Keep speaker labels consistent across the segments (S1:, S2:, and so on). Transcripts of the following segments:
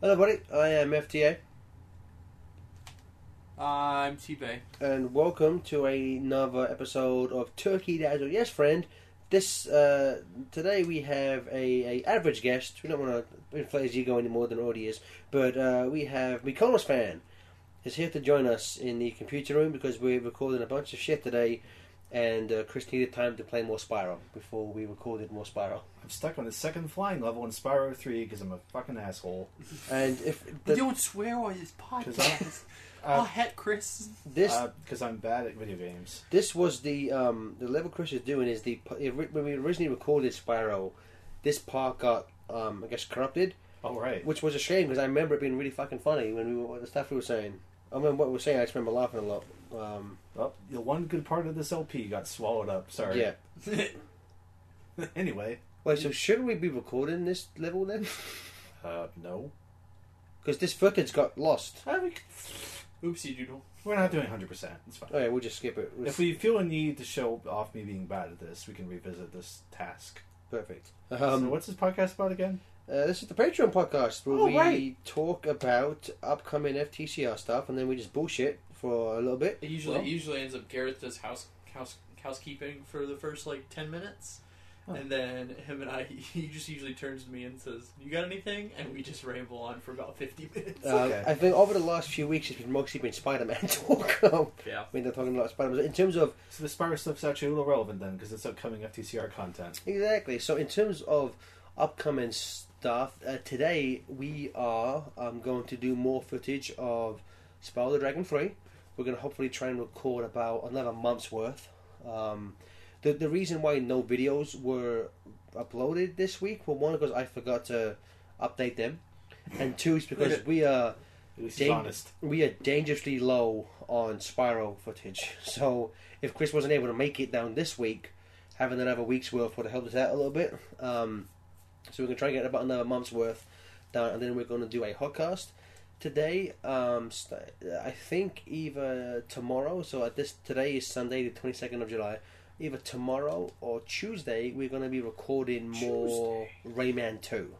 S1: Hello, buddy. I am FTA,
S2: I'm T-Bay.
S1: and welcome to another episode of Turkey Dazzle. Yes, friend. This uh, today we have a, a average guest. We don't want to inflate his ego any more than it already is, but uh, we have Mikolas fan is here to join us in the computer room because we're recording a bunch of shit today, and uh, Chris needed time to play more Spiral before we recorded more Spiral.
S3: I'm stuck on the second flying level in Spyro 3 because I'm a fucking asshole.
S1: And if
S2: We
S1: the,
S2: don't swear on this podcast.
S3: Cause
S2: I'll
S3: Uh,
S2: hat Chris.
S1: this
S3: Because Uh, I'm bad at video games.
S1: This was the um, the level Chris is doing is the when we originally recorded Spyro, this part got um, I guess corrupted,
S3: All right.
S1: which was a shame because I remember it being really fucking funny when we were, the stuff we were saying. I mean, what we were saying, I just remember laughing a lot. Um,
S3: Well, the one good part of this LP got swallowed up. Sorry.
S1: yeah.
S3: anyway.
S1: Wait, so should we be recording this level then?
S3: Uh, no.
S1: Because this footage got lost.
S3: Uh, we,
S2: Oopsie doodle.
S3: we're not doing 100%. It's fine.
S1: Oh yeah, we'll just skip it.
S3: If we feel a need to show off me being bad at this, we can revisit this task.
S1: perfect.
S3: so
S1: Um,
S3: what's this podcast about again?
S1: uh, this is the Patreon podcast where
S3: Oh,
S1: we
S3: right.
S1: talk about upcoming FTCR stuff, and then we just bullshit for a little bit.
S2: It usually
S3: Well-
S2: it usually ends up Gareth does house house housekeeping for the first like ten minutes,
S1: Oh.
S3: Huh.
S2: and then him and I he just usually turns to me and says, "You got anything?" And we just ramble on for about fifty minutes.
S1: Uh,
S3: okay.
S1: I think over the last few weeks, it's been mostly been Spider-Man talk. Um, I
S2: yeah.
S1: mean, they're talking about Spider-Man in terms of
S3: So the Spyro stuff's actually a little relevant then because it's upcoming FTCR content.
S1: exactly. So in terms of upcoming stuff, uh, today we are um, going to do more footage of Spider the Dragon Three. We're going to hopefully try and record about another month's worth. Um, the the reason why no videos were uploaded this week, well, one because I forgot to update them, and two is because we are.
S3: At least
S1: Dang.
S3: it's honest.
S1: we are dangerously low on Spyro footage. So if Chris wasn't able to make it down this week, having another week's worth would have helped us out a little bit. Um, so we're gonna try and get about another month's worth down, and then we're gonna do a hotcast today. Um, st- I think either tomorrow. So at this today is Sunday, the twenty second of July. Either tomorrow or Tuesday, we're gonna be recording more Rayman Two.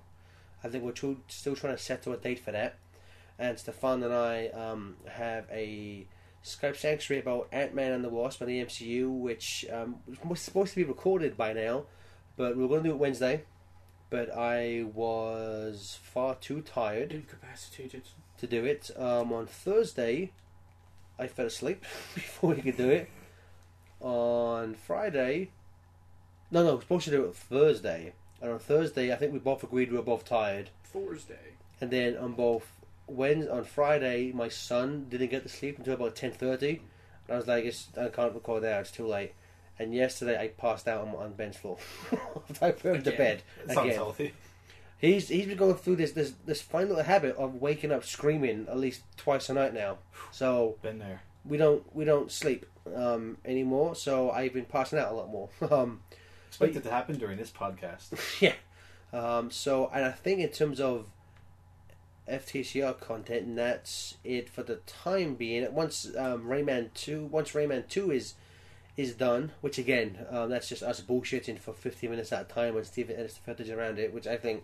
S1: I think we're tru- still trying to settle a date for that and Stefan and I um, have a Skype sanctuary about Ant Man and the Wasp and the MCU, which um, was supposed to be recorded by now, but we were going to do it Wednesday. But I was far too tired
S2: Incapacitated.
S1: to do it. Um, on Thursday, I fell asleep before we could do it. On Friday, no, no, we were supposed to do it Thursday. And on Thursday, I think we both agreed we were both tired.
S2: Thursday.
S1: And then on both when on Friday, my son didn't get to sleep until about ten thirty, and I was like, it's, "I can't record now; it's too late." And yesterday, I passed out on, on Ben's floor. I put him to
S2: Again.
S1: bed
S3: It sounds
S1: again.
S3: healthy.
S1: He's he's been going through this this this fine little habit of waking up screaming at least twice a night now. So
S3: Been there.
S1: we don't we don't sleep um, anymore. So I've been passing out a lot more. Um,
S3: Expected to happen during this podcast.
S1: yeah. Um, so, and I think in terms of FTCR content, and that's it for the time being. Once um, Rayman two, once Rayman two is is done, which again, um, that's just us bullshitting for 15 minutes at a time and Steven edits the footage around it, which I think,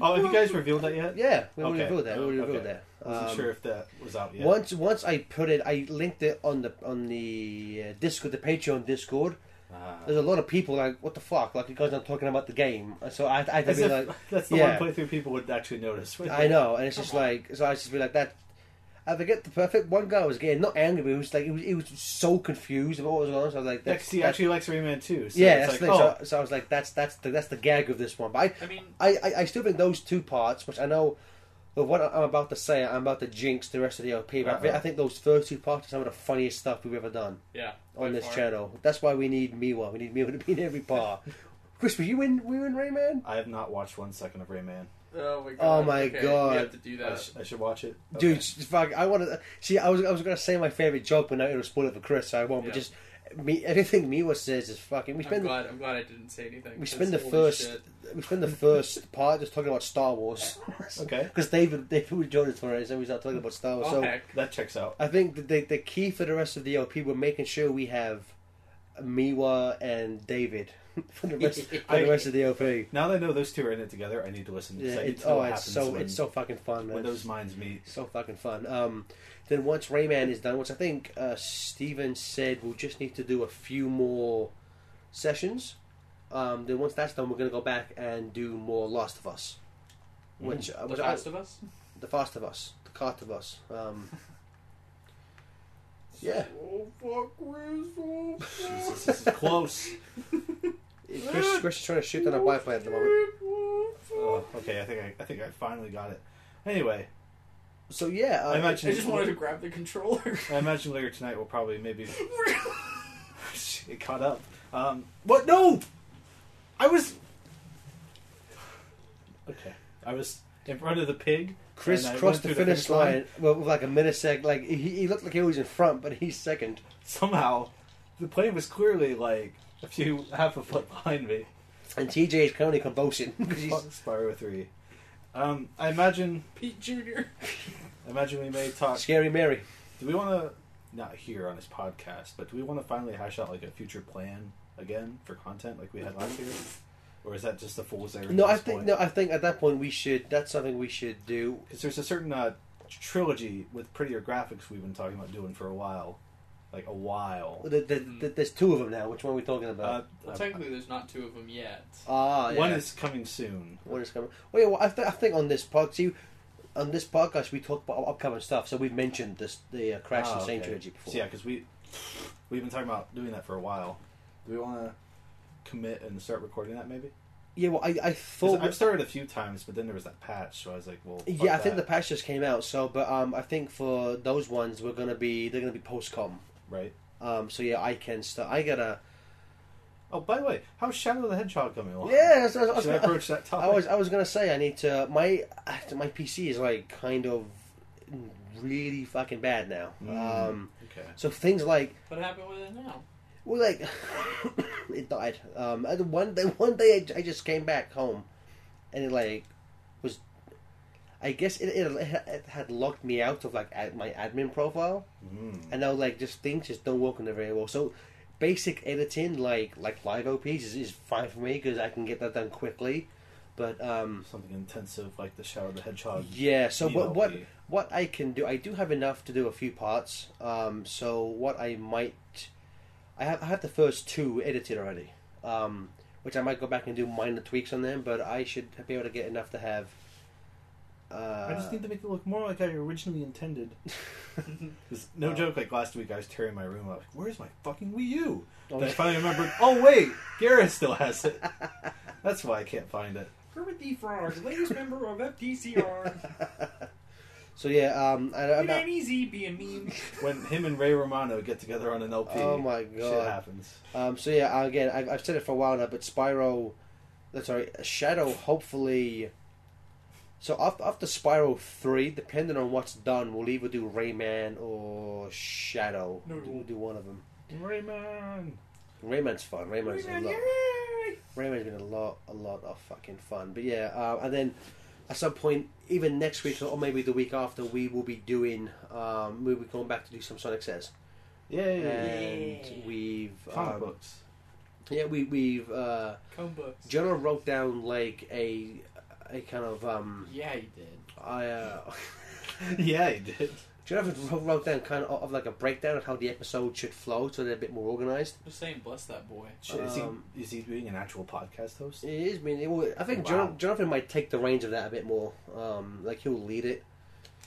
S3: Oh, have you guys revealed that yet?
S1: yeah, we already
S3: Okay.
S1: revealed that. We already revealed
S3: Okay.
S1: that.
S3: I wasn't
S1: Um,
S3: sure if that was out yet.
S1: Once once I put it, I linked it on the on the uh, Discord, the Patreon Discord.
S3: Ah.
S1: There's a lot of people like, what the fuck, like you guys aren't talking about the game. So I, I had to
S3: As
S1: be
S3: if-
S1: like,
S3: that's the
S1: yeah.
S3: one playthrough people would actually notice.
S1: I know, and it's just like so. I just be like that. I forget the perfect one guy was getting not angry, but he was like he was, he was so confused about what was going on. So I was like,
S3: Yeah,
S1: that's,
S3: 'cause he
S1: that's-
S3: actually likes Rayman too. So
S1: yeah,
S3: it's
S1: that's
S3: like,
S1: the thing.
S3: oh,
S1: So, so I was like, that's that's the that's the gag of this one. But
S2: I mean,
S1: I, I, I, I still think those two parts, which I know. Of what I'm about to say, I'm about to jinx the rest of the LP. But I, think,
S3: Uh-huh.
S1: I think those first two parts are some of the funniest stuff we've ever done
S2: yeah.
S1: on
S2: by
S1: this
S2: far.
S1: channel. That's why we need Miwa. We need Miwa to be in every part. Chris, were you in? Were you in Rayman?
S3: I have not watched one second of Rayman.
S2: Oh my god.
S1: Oh my
S2: okay,
S1: God.
S2: We have to do
S3: I,
S2: that.
S3: sh- I should watch it.
S1: Dude,
S3: Okay.
S1: s- fuck! I want to see. I was I was gonna say my favorite joke, but now it'll spoil it for Chris, so I won't. But
S2: Yeah.
S1: just me, everything Miwa says is fucking. We
S2: I'm
S1: spend
S2: glad. I'm glad I didn't say anything.
S1: we
S2: 'cause
S1: spend the
S2: holy
S1: first
S2: shit.
S1: we spend the first part just talking about Star Wars.
S3: Okay.
S1: Because David David joined us for it, so we start talking about Star Wars.
S2: Oh,
S1: so
S2: heck.
S3: that checks out.
S1: I think the, the the key for the rest of the LP, we're making sure we have Miwa and David for the rest, for the rest of the OP.
S3: Now that I know those two are in it together, I need to listen. 'cause
S1: Yeah,
S3: I need
S1: it's,
S3: to know
S1: oh,
S3: what
S1: it's
S3: happens
S1: so
S3: when,
S1: it's so fucking fun, man.
S3: when those minds meet.
S1: So fucking fun. Um, then once Rayman is done, which I think uh, Steven said we'll just need to do a few more sessions. Um, then once that's done, we're going to go back and do more Last of Us.
S3: Mm-hmm.
S1: Which, uh,
S2: The
S1: which I-
S2: Last of Us.
S1: the Fast of Us, the Cart of Us. Um, Yeah.
S2: So Oh, fuck Rizzo.
S3: Jesus, this is close.
S1: Chris, Chris is trying to shoot down a Wi-Fi at the moment.
S3: oh, okay, I think I, I think I finally got it. Anyway,
S1: So yeah, uh,
S3: I
S2: I
S3: imagine
S2: just wanted to grab the controller.
S3: I imagine later tonight we'll probably maybe it caught up. Um, what? No, I was okay. I was in front of the pig.
S1: Chris
S3: and I
S1: crossed the
S3: went through
S1: finish line, Well, with like a millisecond. Like he, he looked like he was in front, but he's second.
S3: Somehow, the plane was clearly like a few half a foot behind me.
S1: And TJ is currently convulsing because he's
S3: Fuck Spyro Three. Um, I imagine.
S2: Pete Jr.
S3: I imagine we may talk.
S1: scary Mary.
S3: Do we want to not here on this podcast, but do we want to finally hash out like a future plan again for content like we had last year, or is that just the fool's errand?
S1: No,
S3: at
S1: I
S3: this
S1: think
S3: point?
S1: no, I think at that point we should. That's something we should do.
S3: Because there's a certain uh, trilogy with prettier graphics we've been talking about doing for a while, like a while.
S1: There- there- there- There's two of them now. Which one are we talking
S3: Hmm. Uh,
S1: about?
S2: Well, technically, there's not two of them yet.
S1: ah, yeah.
S3: one is coming soon.
S1: One is coming. Well, yeah, well, I, th- I think on this pod, see, on this podcast we talk about upcoming stuff. So we've mentioned this the uh, Crash
S3: Ah,
S1: and Sane
S3: okay.
S1: trilogy before.
S3: So, yeah, because we we've been talking about doing that for a while. Do we want to commit and start recording that maybe?
S1: Yeah, well, I, I
S3: 'Cause
S1: thought
S3: I've started a few times, but then there was that patch, so I was like, well, fuck
S1: Yeah, I think the
S3: that,
S1: patch just came out. So, but um, I think for those ones, we're gonna be they're gonna be postcom.
S3: right.
S1: Um, so yeah, I can start. I gotta.
S3: Oh, by the way, how's Shadow the Hedgehog coming along?
S1: Yeah, that's- that's-
S3: should I approach that topic?
S1: I was I was gonna say I need to my my PC is like kind of really fucking bad now.
S3: Mm.
S1: Um,
S3: okay.
S1: so things like
S2: What happened with it now?
S1: well, like it died. Um, and one day one day I, I just came back home, and it like was. I guess it, it, it had locked me out of like ad, my admin profile.
S3: Mm.
S1: and now like just things just don't work on there very well. So basic editing like like live OPs is, is fine for me because I can get that done quickly. But um
S3: Something intensive like the Shadow the Hedgehog.
S1: yeah, so what what
S3: ELP.
S1: what I can do, I do have enough to do a few parts. Um so what I might I have I have the first two edited already. Um which I might go back and do minor tweaks on them, but I should be able to get enough to have uh,
S3: I just need to make it look more like I originally intended. Uh, 'Cause no
S1: Oh.
S3: joke, like last week I was tearing my room up. Like, Where's my fucking Wii U?
S1: Oh,
S3: Then I finally remembered, oh wait, Gareth still has it. That's why I can't find it.
S2: Kermit the Frog, latest member of FTCR.
S1: so yeah, um, I, I'm
S2: It
S1: not,
S2: ain't easy being mean.
S3: When him and Ray Romano get together on an LP,
S1: oh my
S3: shit
S1: god,
S3: happens.
S1: Um, so yeah, again, I've, I've said it for a while now, but Spyro, uh, sorry, Shadow. Hopefully, so after, after Spyro three, depending on what's done, we'll either do Rayman or Shadow.
S2: No, we
S1: we'll
S2: won't.
S1: do one of them.
S3: Rayman.
S1: Rayman's fun. Rayman's a lot.
S2: Yay!
S1: Rayman's been a lot, a lot of fucking fun. But yeah, uh, and then at some point, even next week or maybe the week after, we will be doing. Um, we'll be going back to do some Sonic Says,
S3: Yay. Uh,
S1: and
S2: Yeah.
S1: we've
S3: Comic
S1: um,
S3: books.
S1: yeah, we we've. Uh,
S2: Comb books.
S1: Jonah wrote down like a a kind of um
S2: Yeah, you did.
S1: I uh,
S3: yeah, he did.
S1: Jonah wrote wrote down kind of, of like a breakdown of how the episode should flow so they're a bit more organized.
S2: Just saying, bless that boy.
S3: Shit, is,
S1: Um,
S3: he, is he being an actual podcast host?
S1: It is, I mean, it will, I think
S3: Wow.
S1: Jon Jonathan might take the reins of that a bit more. Um, like he'll lead it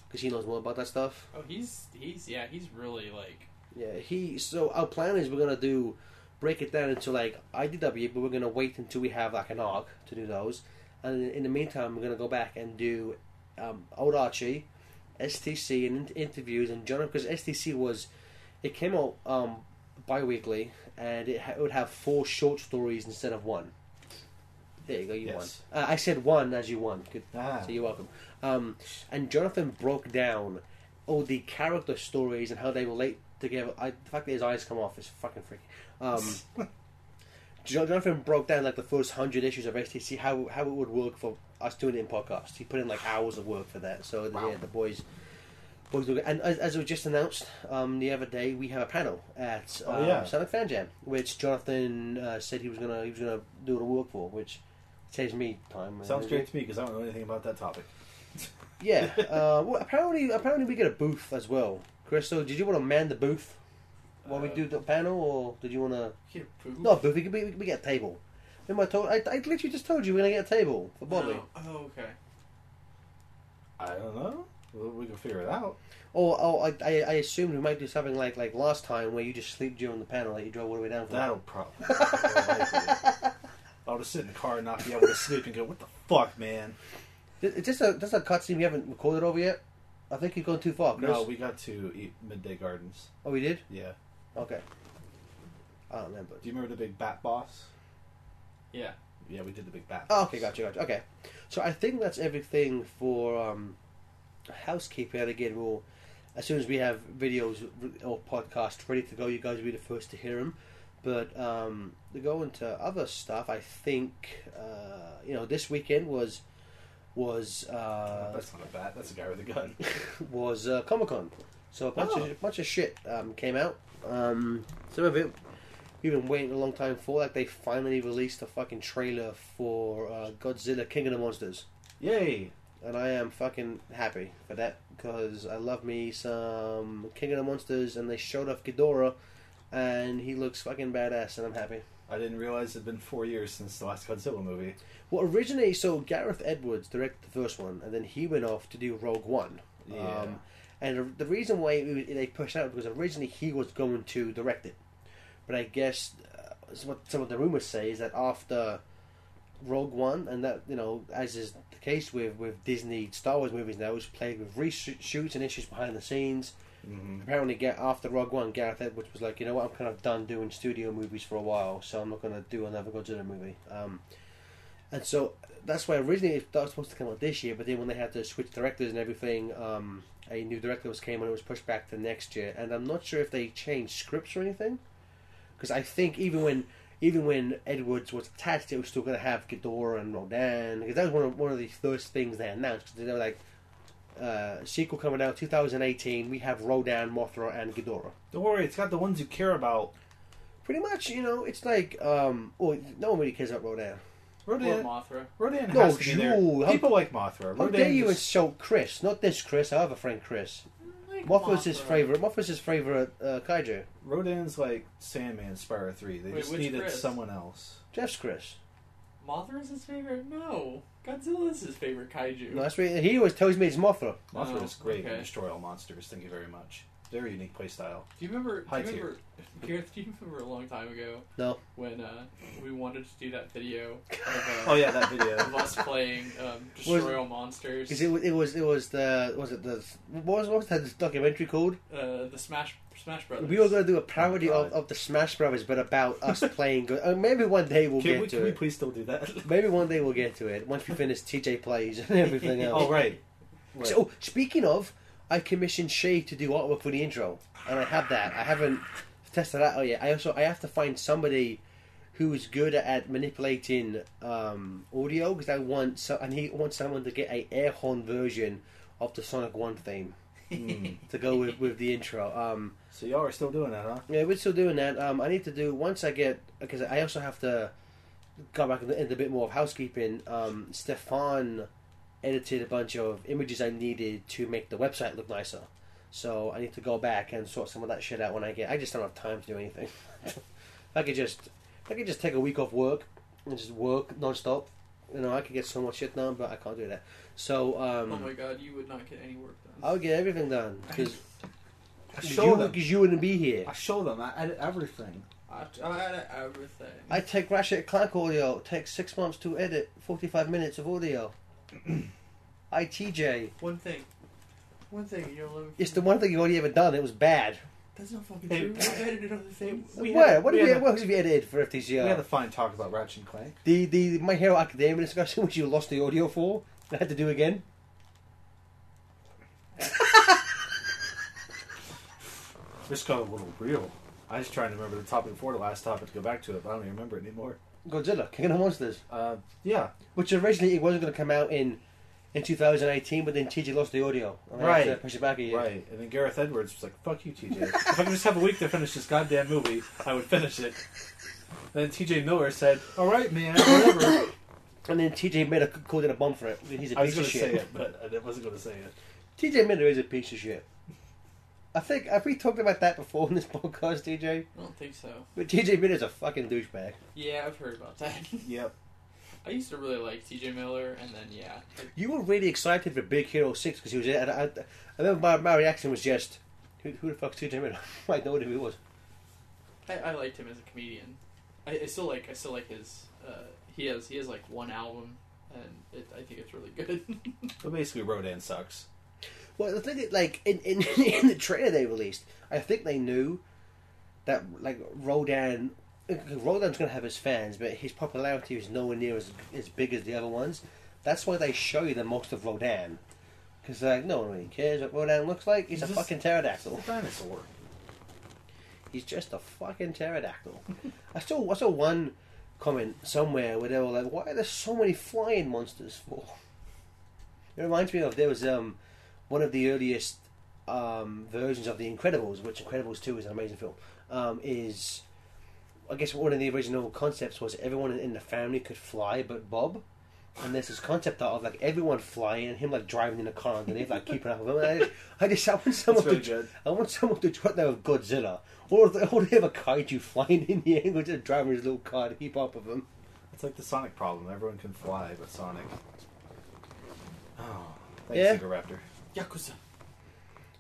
S1: because he knows more about that stuff.
S2: Oh, he's he's yeah, he's really like
S1: Yeah, he. So our plan is we're gonna do break it down into like IDW, but we're gonna wait until we have like an arc to do those, and in the meantime, we're gonna go back and do um, old Archie, STC, and in- interviews and John because STC was it came out um, bi-weekly and it, ha- it would have four short stories instead of one. There you go, you
S3: Yes.
S1: won. Uh, I said one as you won. Good
S3: Ah,
S1: so you're welcome. Um, and Jonathan broke down all the character stories and how they relate together. I, the fact that his eyes come off is fucking freaky. Um, Jo- Jonathan broke down like the first hundred issues of STC how how it would work for us doing it in podcast. He put in like hours of work for that. So the, yeah, the boys Boys Will Go- And as, as it was just announced um, the other day, we have a panel at
S3: Oh,
S1: um,
S3: yeah.
S1: Sonic Fan Jam, which Jonathan uh, said he was gonna he was gonna do the work for, which saves me time. and
S3: Sounds
S1: energy.
S3: great to me because I don't know anything about that topic.
S1: Yeah. Uh, well, apparently, apparently we get a booth as well. Crystal, did you want to man the booth while we
S2: Uh,
S1: do the panel, or did you want to?
S2: Here, poop.
S1: No, booth. We, could- we, we get a table. Remember, I told I, I literally just told you we're gonna get a table for Bobby,
S2: No. Oh, okay.
S3: I don't know. Well, we can figure it out.
S1: or oh, I, I I assumed we might do something like like last time where you just sleep during the panel, like you drove all the way down. From
S3: That'll probably. I'll just sit in the car and not be able to sleep and go, "What the fuck, man?"
S1: Th- It's just a just a cutscene we haven't recorded over yet. I think you've gone too far, Chris.
S3: No, we got to eat Midday Gardens.
S1: Oh, we did.
S3: Yeah.
S1: Okay. I don't remember.
S3: Do you remember the big bat boss?
S2: Yeah.
S3: Yeah, we did the big bat.
S1: Oh,
S3: boss.
S1: okay, gotcha, gotcha. Okay, so I think that's everything for um, housekeeping. And again, we'll as soon as we have videos or podcasts ready to go, you guys will be the first to hear them. But um, to go into other stuff, I think uh, you know this weekend was was uh,
S3: that's not a bat. That's a guy with a gun.
S1: was uh, Comic Con. So a bunch,
S3: Oh.
S1: of, bunch of shit um, came out. Um, some of it we've been waiting a long time for. Like they finally released a fucking trailer for uh, Godzilla King of the Monsters,
S3: Yay!
S1: and I am fucking happy for that because I love me some King of the Monsters, and they showed off Ghidorah, and he looks fucking badass, and I'm happy.
S3: I didn't realize it'd been four years since the last Godzilla movie.
S1: Well, originally, so Gareth Edwards directed the first one, and then he went off to do Rogue One.
S3: Yeah.
S1: Um, and the- the reason why it was- they pushed out because originally he was going to direct it, but I guess uh, it's what some of the rumors say is that after Rogue One, and that you know, as is the case with with Disney Star Wars movies now, is plagued with reshoots and issues behind the scenes.
S3: Mhm.
S1: Apparently, Ga- after Rogue One, Gareth Edwards was like, you know what, I'm kind of done doing studio movies for a while, so I'm not going to do another Godzilla movie. Um, and so that's why originally it was supposed to come out this year, but then when they had to switch directors and everything, um, a new director was came and it was pushed back to next year. And I'm not sure if they changed scripts or anything, because I think even when even when Edwards was attached, it was still going to have Ghidorah and Rodan, because that was one of one of the first things they announced. 'cause they were like uh, sequel coming out 2018. We have Rodan, Mothra, and Ghidorah.
S3: Don't worry, it's got the ones you care about.
S1: Pretty much, you know, it's like um, well, no one really cares about Rodan.
S2: Or
S3: Rodan,
S2: Mothra.
S3: Rodan
S1: No,
S3: has to be there.
S1: Jewel, how-
S3: People like Mothra.
S1: How
S3: Rodan
S1: dare you
S3: just-
S1: insult Chris? Not this Chris, our other friend Chris.
S2: Like
S1: Mothra's his
S2: Mothra.
S1: favorite. Mothra's his favorite uh, kaiju.
S3: Rodan's like Sandman, Spyro Three. They
S2: Wait,
S3: just
S2: which
S3: needed
S2: Chris?
S3: someone else.
S1: Jeff's Chris.
S2: Mothra is his favorite? No. Godzilla is his favorite kaiju.
S1: No, that's what he always tells me it's Mothra.
S3: Mothra
S2: Oh,
S3: is great and
S2: okay.
S3: destroy all monsters. Thank you very much. Very unique playstyle.
S2: Do you remember?
S3: High
S2: do you
S3: tier.
S2: remember, Gareth? Do you remember a long time ago?
S1: No.
S2: When uh, we wanted to do that video of, uh,
S3: Oh yeah, that
S2: of
S3: video.
S2: us playing um, Destroy All Monsters,
S1: Because it, wa- it was it was the was it the what was what was that documentary called?
S2: uh, the Smash Smash Brothers.
S1: We were going to do a parody
S3: Oh,
S1: of,
S3: God.
S1: of the Smash Brothers, but about us playing. Go- uh, maybe one day we'll
S3: Can
S1: get
S3: we,
S1: to
S3: can we
S1: it.
S3: please still do that?
S1: Maybe one day we'll get to it once we finish TJ plays and everything else.
S3: oh right. Right.
S1: So speaking of, I commissioned Shay to do artwork for the intro, and I have that. I haven't tested that out yet. I also I have to find somebody who is good at manipulating um, audio because I want so I need want someone to get a air horn version of the Sonic One theme
S3: Mm.
S1: to go with with the intro. Um,
S3: So y'all are still doing that, huh?
S1: yeah, we're still doing that. Um, I need to do once I get because I also have to go back into into a bit more of housekeeping. Um, Stefan edited a bunch of images I needed to make the website look nicer, so I need to go back and sort some of that shit out when I get. I just don't have time to do anything. if I could just, if I could just take a week off work and just work nonstop. You know, I could get so much shit done, but I can't do that. So um,
S2: Oh my God, you would not get any work done.
S1: I'll get everything done because
S3: I
S1: you,
S3: show them.
S1: 'cause you wouldn't be here.
S3: I show them. I edit everything.
S2: I tried everything.
S1: I take Ratchet Clank audio. It takes six months to edit 45 minutes of audio. ITJ.
S2: one thing. One thing you don't let me.
S1: It's the one thing you've already ever done. It was bad.
S2: That's not fucking
S3: Hey.
S2: true. I've edited other things.
S3: We
S1: Where?
S3: had-
S1: what
S3: we
S1: have you,
S3: had a-
S1: what have you edited for
S3: We had
S1: FTCR?
S3: a fine talk about Ratchet and Clank.
S1: The, the My Hero Academia discussion, which you lost the audio for, and had to do again.
S3: This got a little real. I was trying to remember the topic before the last topic to go back to it, but I don't even remember it anymore.
S1: Godzilla, King of the Monsters.
S3: Uh, yeah,
S1: Which originally it wasn't going to come out in in 2018, but then TJ lost the audio. And I had to
S3: Right.
S1: push it back a year.
S3: Right, and then Gareth Edwards was like, "Fuck you, TJ. if I could just have a week to finish this goddamn movie, I would finish it." Then TJ Miller said, "All right, man, whatever."
S1: And then TJ Miller c- called in a bomb for it. He's a
S3: I
S1: piece
S3: was going
S1: of
S3: to say
S1: shit.
S3: it, but I wasn't going to say it.
S1: TJ Miller is a piece of shit. I think have we talked about that before in this podcast, TJ?
S2: I don't think so.
S1: But TJ Miller's a fucking douchebag.
S2: Yeah, I've heard about that.
S3: Yep.
S2: I used to really like T.J. Miller, and then yeah, like,
S1: You were really excited for Big Hero Six because he was. in it, And I, I remember my, my reaction was just, "Who, who the fuck's TJ Miller?" I know who he was.
S2: I, I liked him as a comedian. I, I still like I still like his. Uh, he has he has like one album, and it, I think it's really good.
S3: But basically, Rodan sucks.
S1: Well, the thing is, like in, in in the trailer they released, I think they knew that like Rodan, Rodan's gonna have his fans, but his popularity is nowhere near as as big as the other ones. That's why they show you the most of Rodan, because like no one really cares what Rodan looks like. He's,
S3: He's
S1: a
S3: just-
S1: fucking
S3: It's
S1: pterodactyl.
S3: a dinosaur.
S1: He's just a fucking pterodactyl. I saw I saw one comment somewhere where they were like, "Why are there so many flying monsters for?" It reminds me of there was um one of the earliest um, versions of The Incredibles, which Incredibles Two is an amazing film. Um, is I guess one of the original concepts was everyone in the family could fly, but Bob. And there's this concept art of like everyone flying and him like driving in a car underneath, like keeping up with him. And I just, I just I want someone
S3: That's really
S1: to
S3: good.
S1: I want someone to try that with Godzilla. Or the, or they have a kaiju flying in the air with a driver his little car to keep up with them.
S3: It's like the Sonic problem. Everyone can fly, but Sonic. Oh, thanks,
S1: Yeah.
S3: Super Raptor.
S2: Yakuza.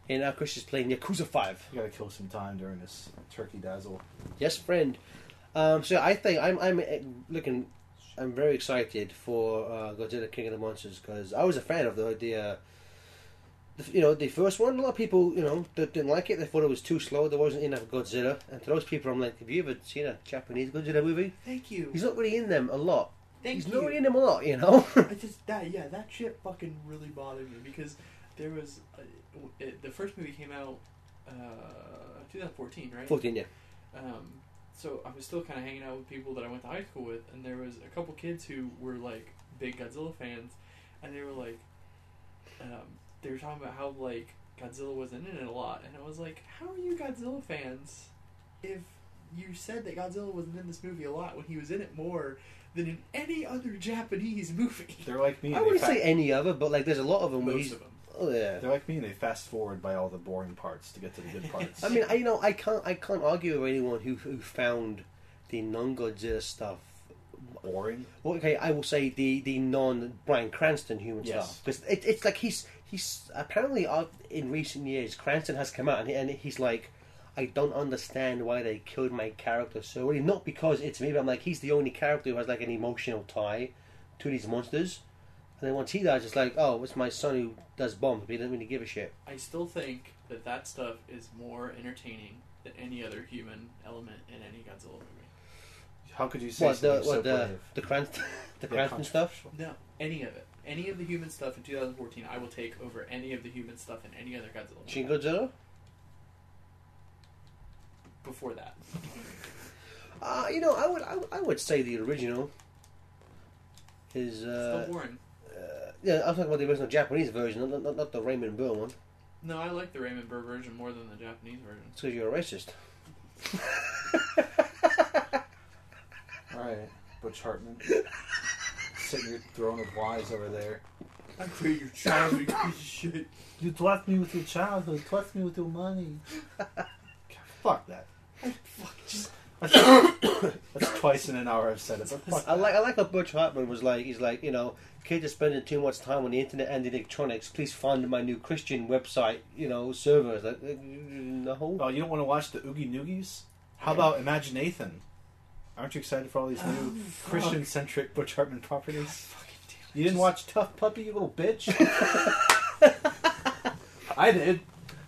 S1: And now Chris is playing Yakuza 5.
S3: You gotta kill some time during this turkey dazzle.
S1: Yes, friend. Um, so I think I'm, I'm uh, looking. I'm very excited for uh, Godzilla King of the Monsters because I was a fan of the the, uh, the you know the first one. A lot of people you know that didn't like it. They thought it was too slow. There wasn't enough Godzilla. And to those people, I'm like, have you ever seen a Japanese Godzilla movie?
S2: Thank you.
S1: He's not really in them a lot.
S2: Thank
S1: He's
S2: you.
S1: not really in them a lot, you know.
S2: I just that yeah that shit fucking really bothered me because there was uh, w- it, the first movie came out uh, 2014 right
S1: Fourteen, yeah.
S2: um, so I was still kind of hanging out with people that I went to high school with and there was a couple kids who were like big Godzilla fans and they were like um, they were talking about how like Godzilla wasn't in it a lot and I was like how are you Godzilla fans if you said that Godzilla wasn't in this movie a lot when he was in it more than in any other Japanese movie
S3: They're like me.
S1: I
S3: and they
S1: wouldn't
S3: fa-
S1: say any other, but like there's a lot of them. Where
S2: most
S1: he's,
S2: of them
S1: oh yeah.
S3: They're like me, and they fast forward by all the boring parts to get to the good parts.
S1: I mean, I, you know, I can't, I can't argue with anyone who who found the non-Godzilla stuff.
S3: boring.
S1: Well, okay, I will say the the non Brian Cranston human
S3: Yes.
S1: stuff because it, it's like he's he's apparently uh, in recent years Cranston has come out and, he- and he's like. I don't understand why they killed my character so early. Not because it's me, but I'm like he's the only character who has like an emotional tie to these monsters. And then once he dies, it's like, oh, it's my son who does bombs, but he doesn't really give a shit.
S2: I still think that that stuff is more entertaining than any other human element in any Godzilla movie.
S3: How could you say
S1: What the
S3: something so
S1: what the
S3: brave?
S1: the Cranston the
S3: Yeah,
S1: Cranston stuff?
S3: controversial.
S2: No, any of it. Any of the human stuff in 2014, I will take over any of the human stuff in any other Godzilla movie
S1: Shin Godzilla?
S2: before that.
S1: Uh, you know, I would I, would- I would say the original is
S2: Still
S1: uh,
S2: boring.
S1: uh yeah. I'm talking about the original Japanese version, not not, not the Raymond Burr one.
S2: No, I like the Raymond Burr version more than the Japanese version.
S1: It's because you're a racist.
S3: All right, Butch Hartman, sitting your throne of lies over there.
S2: I create your childhood piece of shit.
S3: You twat me with your childhood. Twat me with your money. fuck that.
S2: Fuck, just
S3: That's twice in an hour I've said it. But fuck
S1: I
S3: that.
S1: like I like what Butch Hartman was like. He's like, you know, kids are spending too much time on the internet and electronics. Please fund my new Christian website, you know, server. It's Like, uh, no,
S3: Oh, you don't want to watch the Oogie Noogies? How about Imagine Nathan? Aren't you excited for all these new
S2: fuck.
S3: Christian centric Butch Hartman properties?
S2: fucking damn it.
S3: You didn't watch Tough Puppy, you little bitch? I did.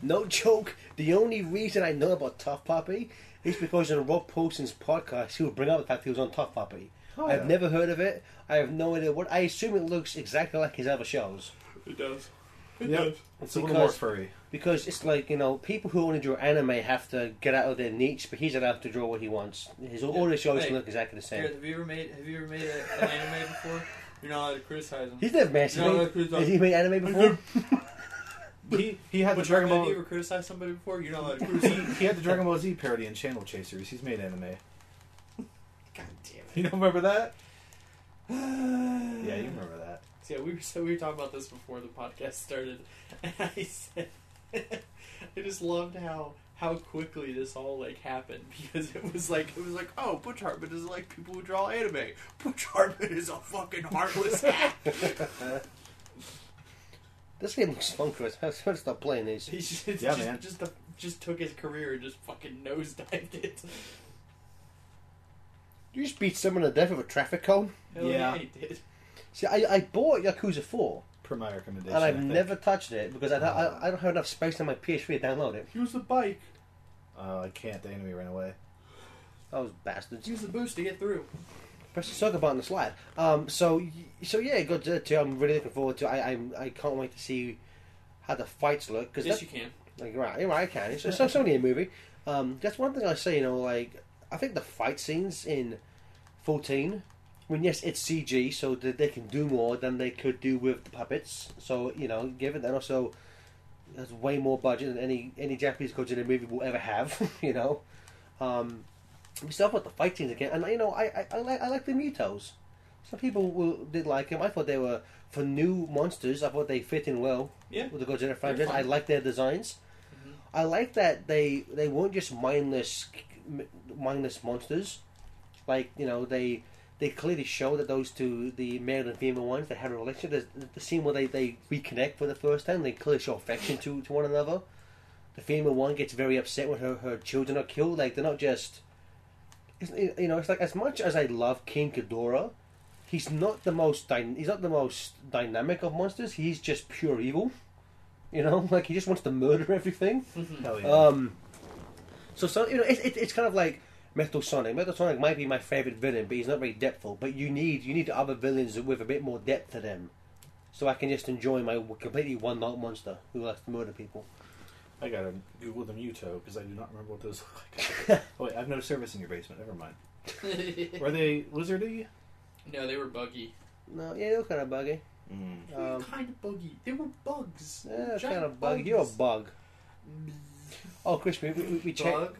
S1: no joke. The only reason I know about Tough Puppy is because on Rob Paulson's podcast, he would bring up the fact he was on Tough Puppy.
S3: Oh,
S1: I've
S3: yeah.
S1: never heard of it. I have no idea what. I assume it looks exactly like his other shows
S2: It does. It
S3: Yep.
S2: does.
S3: It's a little more
S1: Because-
S3: furry.
S1: because it's like you know people who only draw anime have to get out of their niche, but he's allowed to draw what he wants. His all his shows
S2: Hey,
S1: look exactly the same.
S2: Gareth, have you ever made Have you ever made a, an anime before? You're not allowed to criticize him.
S1: He's never messaged
S2: You're not allowed
S1: me.
S2: to criticize
S1: Has he made anime before?
S3: He he had the
S2: But
S3: Dragon
S2: have you
S3: Ball.
S2: ever criticized somebody before? You're not allowed to
S3: He,
S2: criticize.
S3: he had the Dragon Ball Z parody in Channel Chasers. He's made anime.
S2: God
S3: You
S2: damn it.
S3: don't remember that? Yeah,
S2: yeah,
S3: you remember that.
S2: Yeah, we were so we were talking about this before the podcast started, and I said, I just loved how how quickly this all like happened because it was like it was like oh Butch Hartman is like people who draw anime. Butch Hartman is a fucking heartless hack.
S1: this game looks fun, Chris. I'm supposed to stop playing these.
S2: He just, yeah,
S3: Yeah,
S2: just,
S3: man.
S2: just the, just took his career and just fucking nosedived it.
S1: You just beat someone to death with a traffic cone.
S2: Hell
S3: Yeah.
S2: he did.
S1: See, I, I bought Yakuza 4,
S3: Per my recommendation.
S1: and
S3: I
S1: I've
S3: think.
S1: never touched it because I, I, I don't have enough space on my PS3 to download it.
S2: Use the bike.
S3: Uh, I can't. The enemy ran away.
S1: Those bastards.
S2: Use the boost to get through.
S1: Press the circle button to slide. Um, so, y- so yeah, Godzilla 2, I'm really looking forward to I, I, I can't wait to see how the fights look. Cause
S2: Yes,
S1: that-
S2: you can.
S1: Like right, yeah, right, I can. It's, it's, it's only a movie. Um, that's one thing I say. You know, like I think the fight scenes in fourteen. When yes, it's CG, so that they can do more than they could do with the puppets. So you know, given that also has way more budget than any any Japanese Godzilla movie will ever have. You know, um, we still about the fight scenes again, and you know, I I, I like I like the Mutos. Some people will, did like him. I thought they were for new monsters. I thought they fit in well
S2: Yeah.
S1: with the Godzilla franchise. I
S2: fine. Mm-hmm.
S1: like their designs. I like that they they weren't just mindless m- mindless monsters. Like you know they they clearly show that those two the male and female ones they have a relationship. There's the scene where they, they reconnect for the first time. They clearly show affection to, to one another. The female one gets very upset when her, her children are killed. Like they're not just it's, you know it's like as much as I love King Ghidorah. He's not the most dy- he's not the most dynamic of monsters. He's just pure evil, you know. Like he just wants to murder everything.
S3: Hell yeah.
S1: Um, so, so you know, it, it, it's kind of like Metal Sonic. Metal Sonic might be my favorite villain, but he's not very depthful. But you need you need other villains with a bit more depth to them, so I can just enjoy my completely one note monster who likes to murder people.
S3: I gotta Google the Muto because I do not remember what those look like. oh wait, I have no service in your basement. Never mind. Were they lizardy?
S2: no, they were buggy.
S1: No, yeah, you're kind of buggy.
S3: Mm.
S1: Um,
S2: kind of buggy. They were bugs.
S1: Yeah, you're kind of buggy. You're a bug. Oh, Chris, we, we, we checked.
S2: Bug,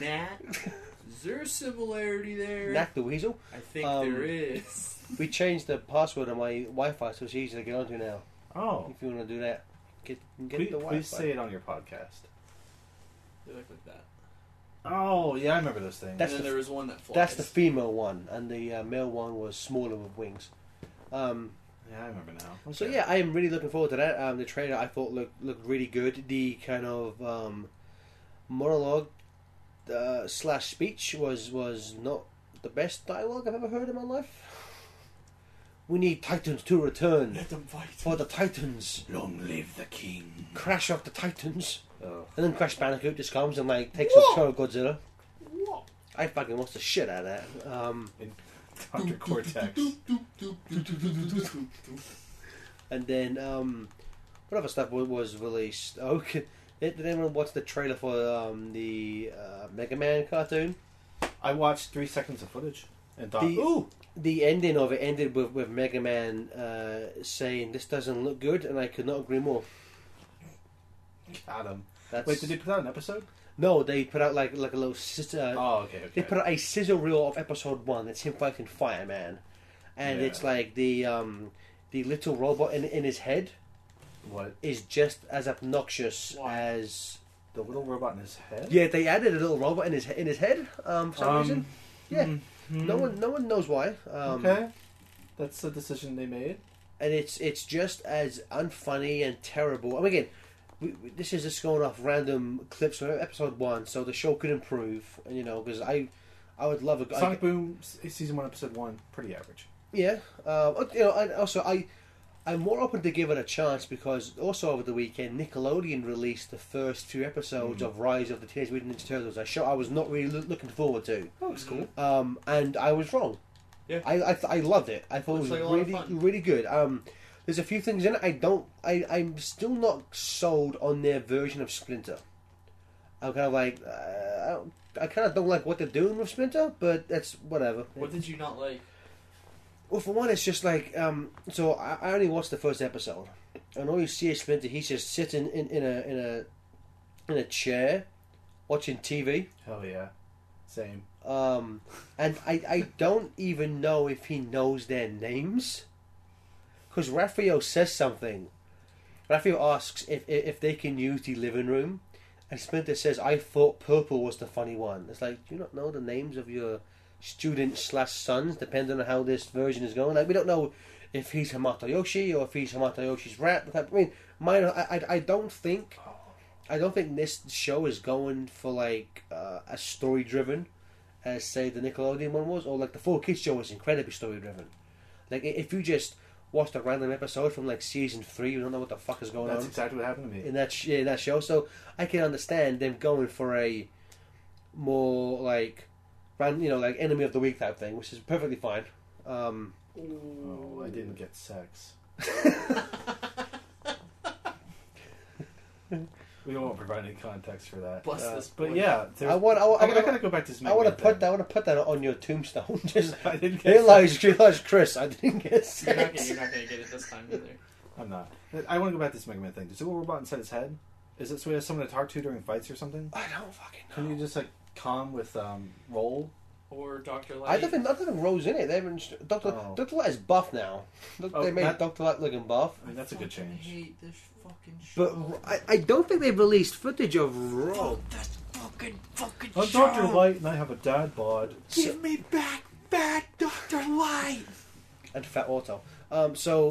S2: gnat. Is there a similarity there?
S1: Knack the weasel.
S2: I think
S1: Um,
S2: there is.
S1: We changed the password on my Wi-Fi, so it's easy to get onto now.
S3: Oh,
S1: If you want to do that, get get
S3: please,
S1: the Wi-Fi.
S3: please say it on your podcast.
S2: They look like that.
S3: Oh yeah, I remember those things.
S1: That's
S2: and then
S1: the-
S2: there was one that flies.
S1: That's the female one, and the uh, male one was smaller with wings. Um,
S3: yeah, I remember now.
S1: so
S3: Okay.
S1: yeah, I am really looking forward to that. Um, the trailer I thought looked looked really good. The kind of um, monologue uh, slash speech was was not the best dialogue I've ever heard in my life. We need Titans to return
S2: Let them fight.
S1: for the Titans.
S3: Long live the king.
S1: Crash of the Titans,
S3: Oh.
S1: and then Crash Bandicoot just comes and like takes
S2: Whoa!
S1: control of Godzilla.
S2: Whoa.
S1: I fucking watched the shit out of that. Um,
S3: Dr. Cortex.
S1: And then um, what other stuff wa- was released? Oh, okay. Did did anyone watch the trailer for um, the uh, Mega Man cartoon?
S3: I watched three seconds of footage and thought,
S1: The-
S3: Uh, ooh,
S1: The ending of it ended with, with Mega Man uh, saying, "This doesn't look good," and I could not agree more.
S3: got him.
S1: That's
S3: Wait, did they put out an episode?
S1: no. They put out like like a little sister.
S3: Oh, okay,
S1: They
S3: okay.
S1: put out a scissor reel of episode one. It's him fighting Fireman, and
S3: Yeah.
S1: it's like the um, the little robot in in his head
S3: what?
S1: is just as obnoxious
S2: Why?
S1: as
S3: The little robot in his head?
S1: Yeah, they added a little robot in his in his head um, for some reason. Yeah.
S3: hmm,
S1: No one, no one knows why. Um,
S3: okay. That's the decision they made.
S1: And it's it's just as unfunny and terrible. And again, we, we- this is just going off random clips from episode one, so the show could improve. And you know, because I, I would love a I-
S3: Sonic Boom, s- season one, episode one, pretty average.
S1: yeah. Um, but, you know, and also I, I'm more open to give it a chance because also over the weekend Nickelodeon released the first few
S2: Hmm.
S1: episodes of Rise of the Teenage Mutant Ninja Turtles. A show I was not really loo- looking forward to.
S3: Oh, it's cool.
S1: um, and I was wrong.
S2: Yeah.
S1: I I, th- I loved it. I thought
S2: Looks
S1: it
S2: like a
S1: was
S2: lot of
S1: really
S2: fun.
S1: really good. Um, there's a few things in it I don't. I I'm still not sold on their version of Splinter. I'm kind of like uh, I, don't- I kind of don't like what they're doing with Splinter, but that's whatever.
S2: What did you not like?
S1: Well, for one, it's just like um, so. I, I only watched the first episode, and all you see is Splinter. He's just sitting in, in a in a in a chair, watching TV.
S3: Hell yeah. Mm-hmm. Same.
S1: Um, and I, I don't even know if he knows their names. Because Raphael says something. Raphael asks if, if if they can use the living room. And Splinter says, I thought purple was the funny one. It's like, do you not know the names of your students slash sons, depending on how this version is going? Like, we don't know if he's Hamato Yoshi or if he's Hamato Yoshi's rat. I mean, mine, I, I, I don't think... I don't think this show is going for like uh, a story driven as say the Nickelodeon one was, or like the Four Kids show was incredibly story driven. Like i- if you just watched a random episode from like season three, you don't know what the fuck is going
S3: That's
S1: on
S3: exactly what happened to me.
S1: in that sh- in that show. So I can understand them going for a more like ran you know like enemy of the week type thing, which is perfectly fine. Um,
S3: Oh, I didn't get sex. we don't want to provide any context for that.
S2: Bust
S1: Uh,
S2: this.
S3: But
S2: boy.
S3: yeah, there-
S1: I want I,
S3: I, I
S1: want
S3: gotta go back to this.
S1: I want to
S3: Megman
S1: put
S3: thing.
S1: that I want to put that on your tombstone. Just
S3: I didn't get.
S1: realize realize Chris, I didn't get
S2: You're not,
S1: sex.
S2: gonna, you're not gonna get it this time either.
S3: I'm not. I want to go back to this Mega Man thing. Does the little robot inside his head? Is it so he has someone to talk to during fights or something?
S1: I don't fucking know.
S3: Can you just like calm with um roll?
S2: Or Doctor Light.
S1: I don't think I don't think Rose in it. They haven't. Doctor
S3: Oh.
S1: Doctor Light is buff now. Look,
S3: Oh,
S1: they made
S3: that-
S1: Doctor Light looking buff.
S3: I mean, that's a good
S2: Fucking
S3: change.
S2: Hate this fucking
S1: But
S2: show.
S1: I, I don't think they've released footage of Rose.
S2: this fucking fucking
S3: I'm Doctor Light, and I have a dad bod.
S1: Give
S2: me back, bad Doctor Light.
S1: and Fat Auto. Um, so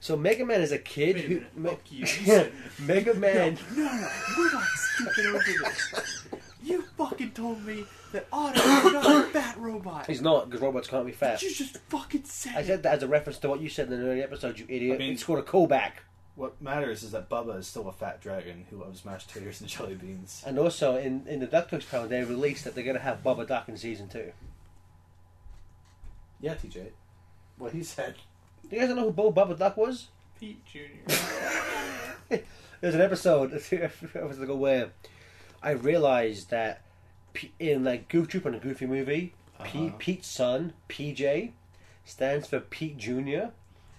S1: so Mega Man is a kid
S2: Wait a
S1: who.
S2: minute.
S1: Me-
S2: Fuck you. You said-
S1: Mega Man.
S2: No, no, we're not skipping over this. You fucking told me that Otto is not a fat robot.
S1: He's not because robots can't be fat.
S2: You just fucking said,
S1: I
S2: it.
S1: said that as a reference to what you said in an earlier episode. You idiot.
S3: I mean-
S1: it's called a callback.
S3: What matters is that Bubba is still a fat dragon who loves mashed taters and jelly beans.
S1: And also in in the DuckTales panel, they released that they're gonna have Bubba Duck in season two.
S3: Yeah, TJ. What he said.
S1: You guys don't know who Bo Bubba Duck was?
S2: Pete Junior.
S1: There's an episode a few episodes ago where I realized that P- in like Goof Troop and a Goofy movie, P-
S3: Uh-huh.
S1: Pete's son PJ stands for Pete Junior.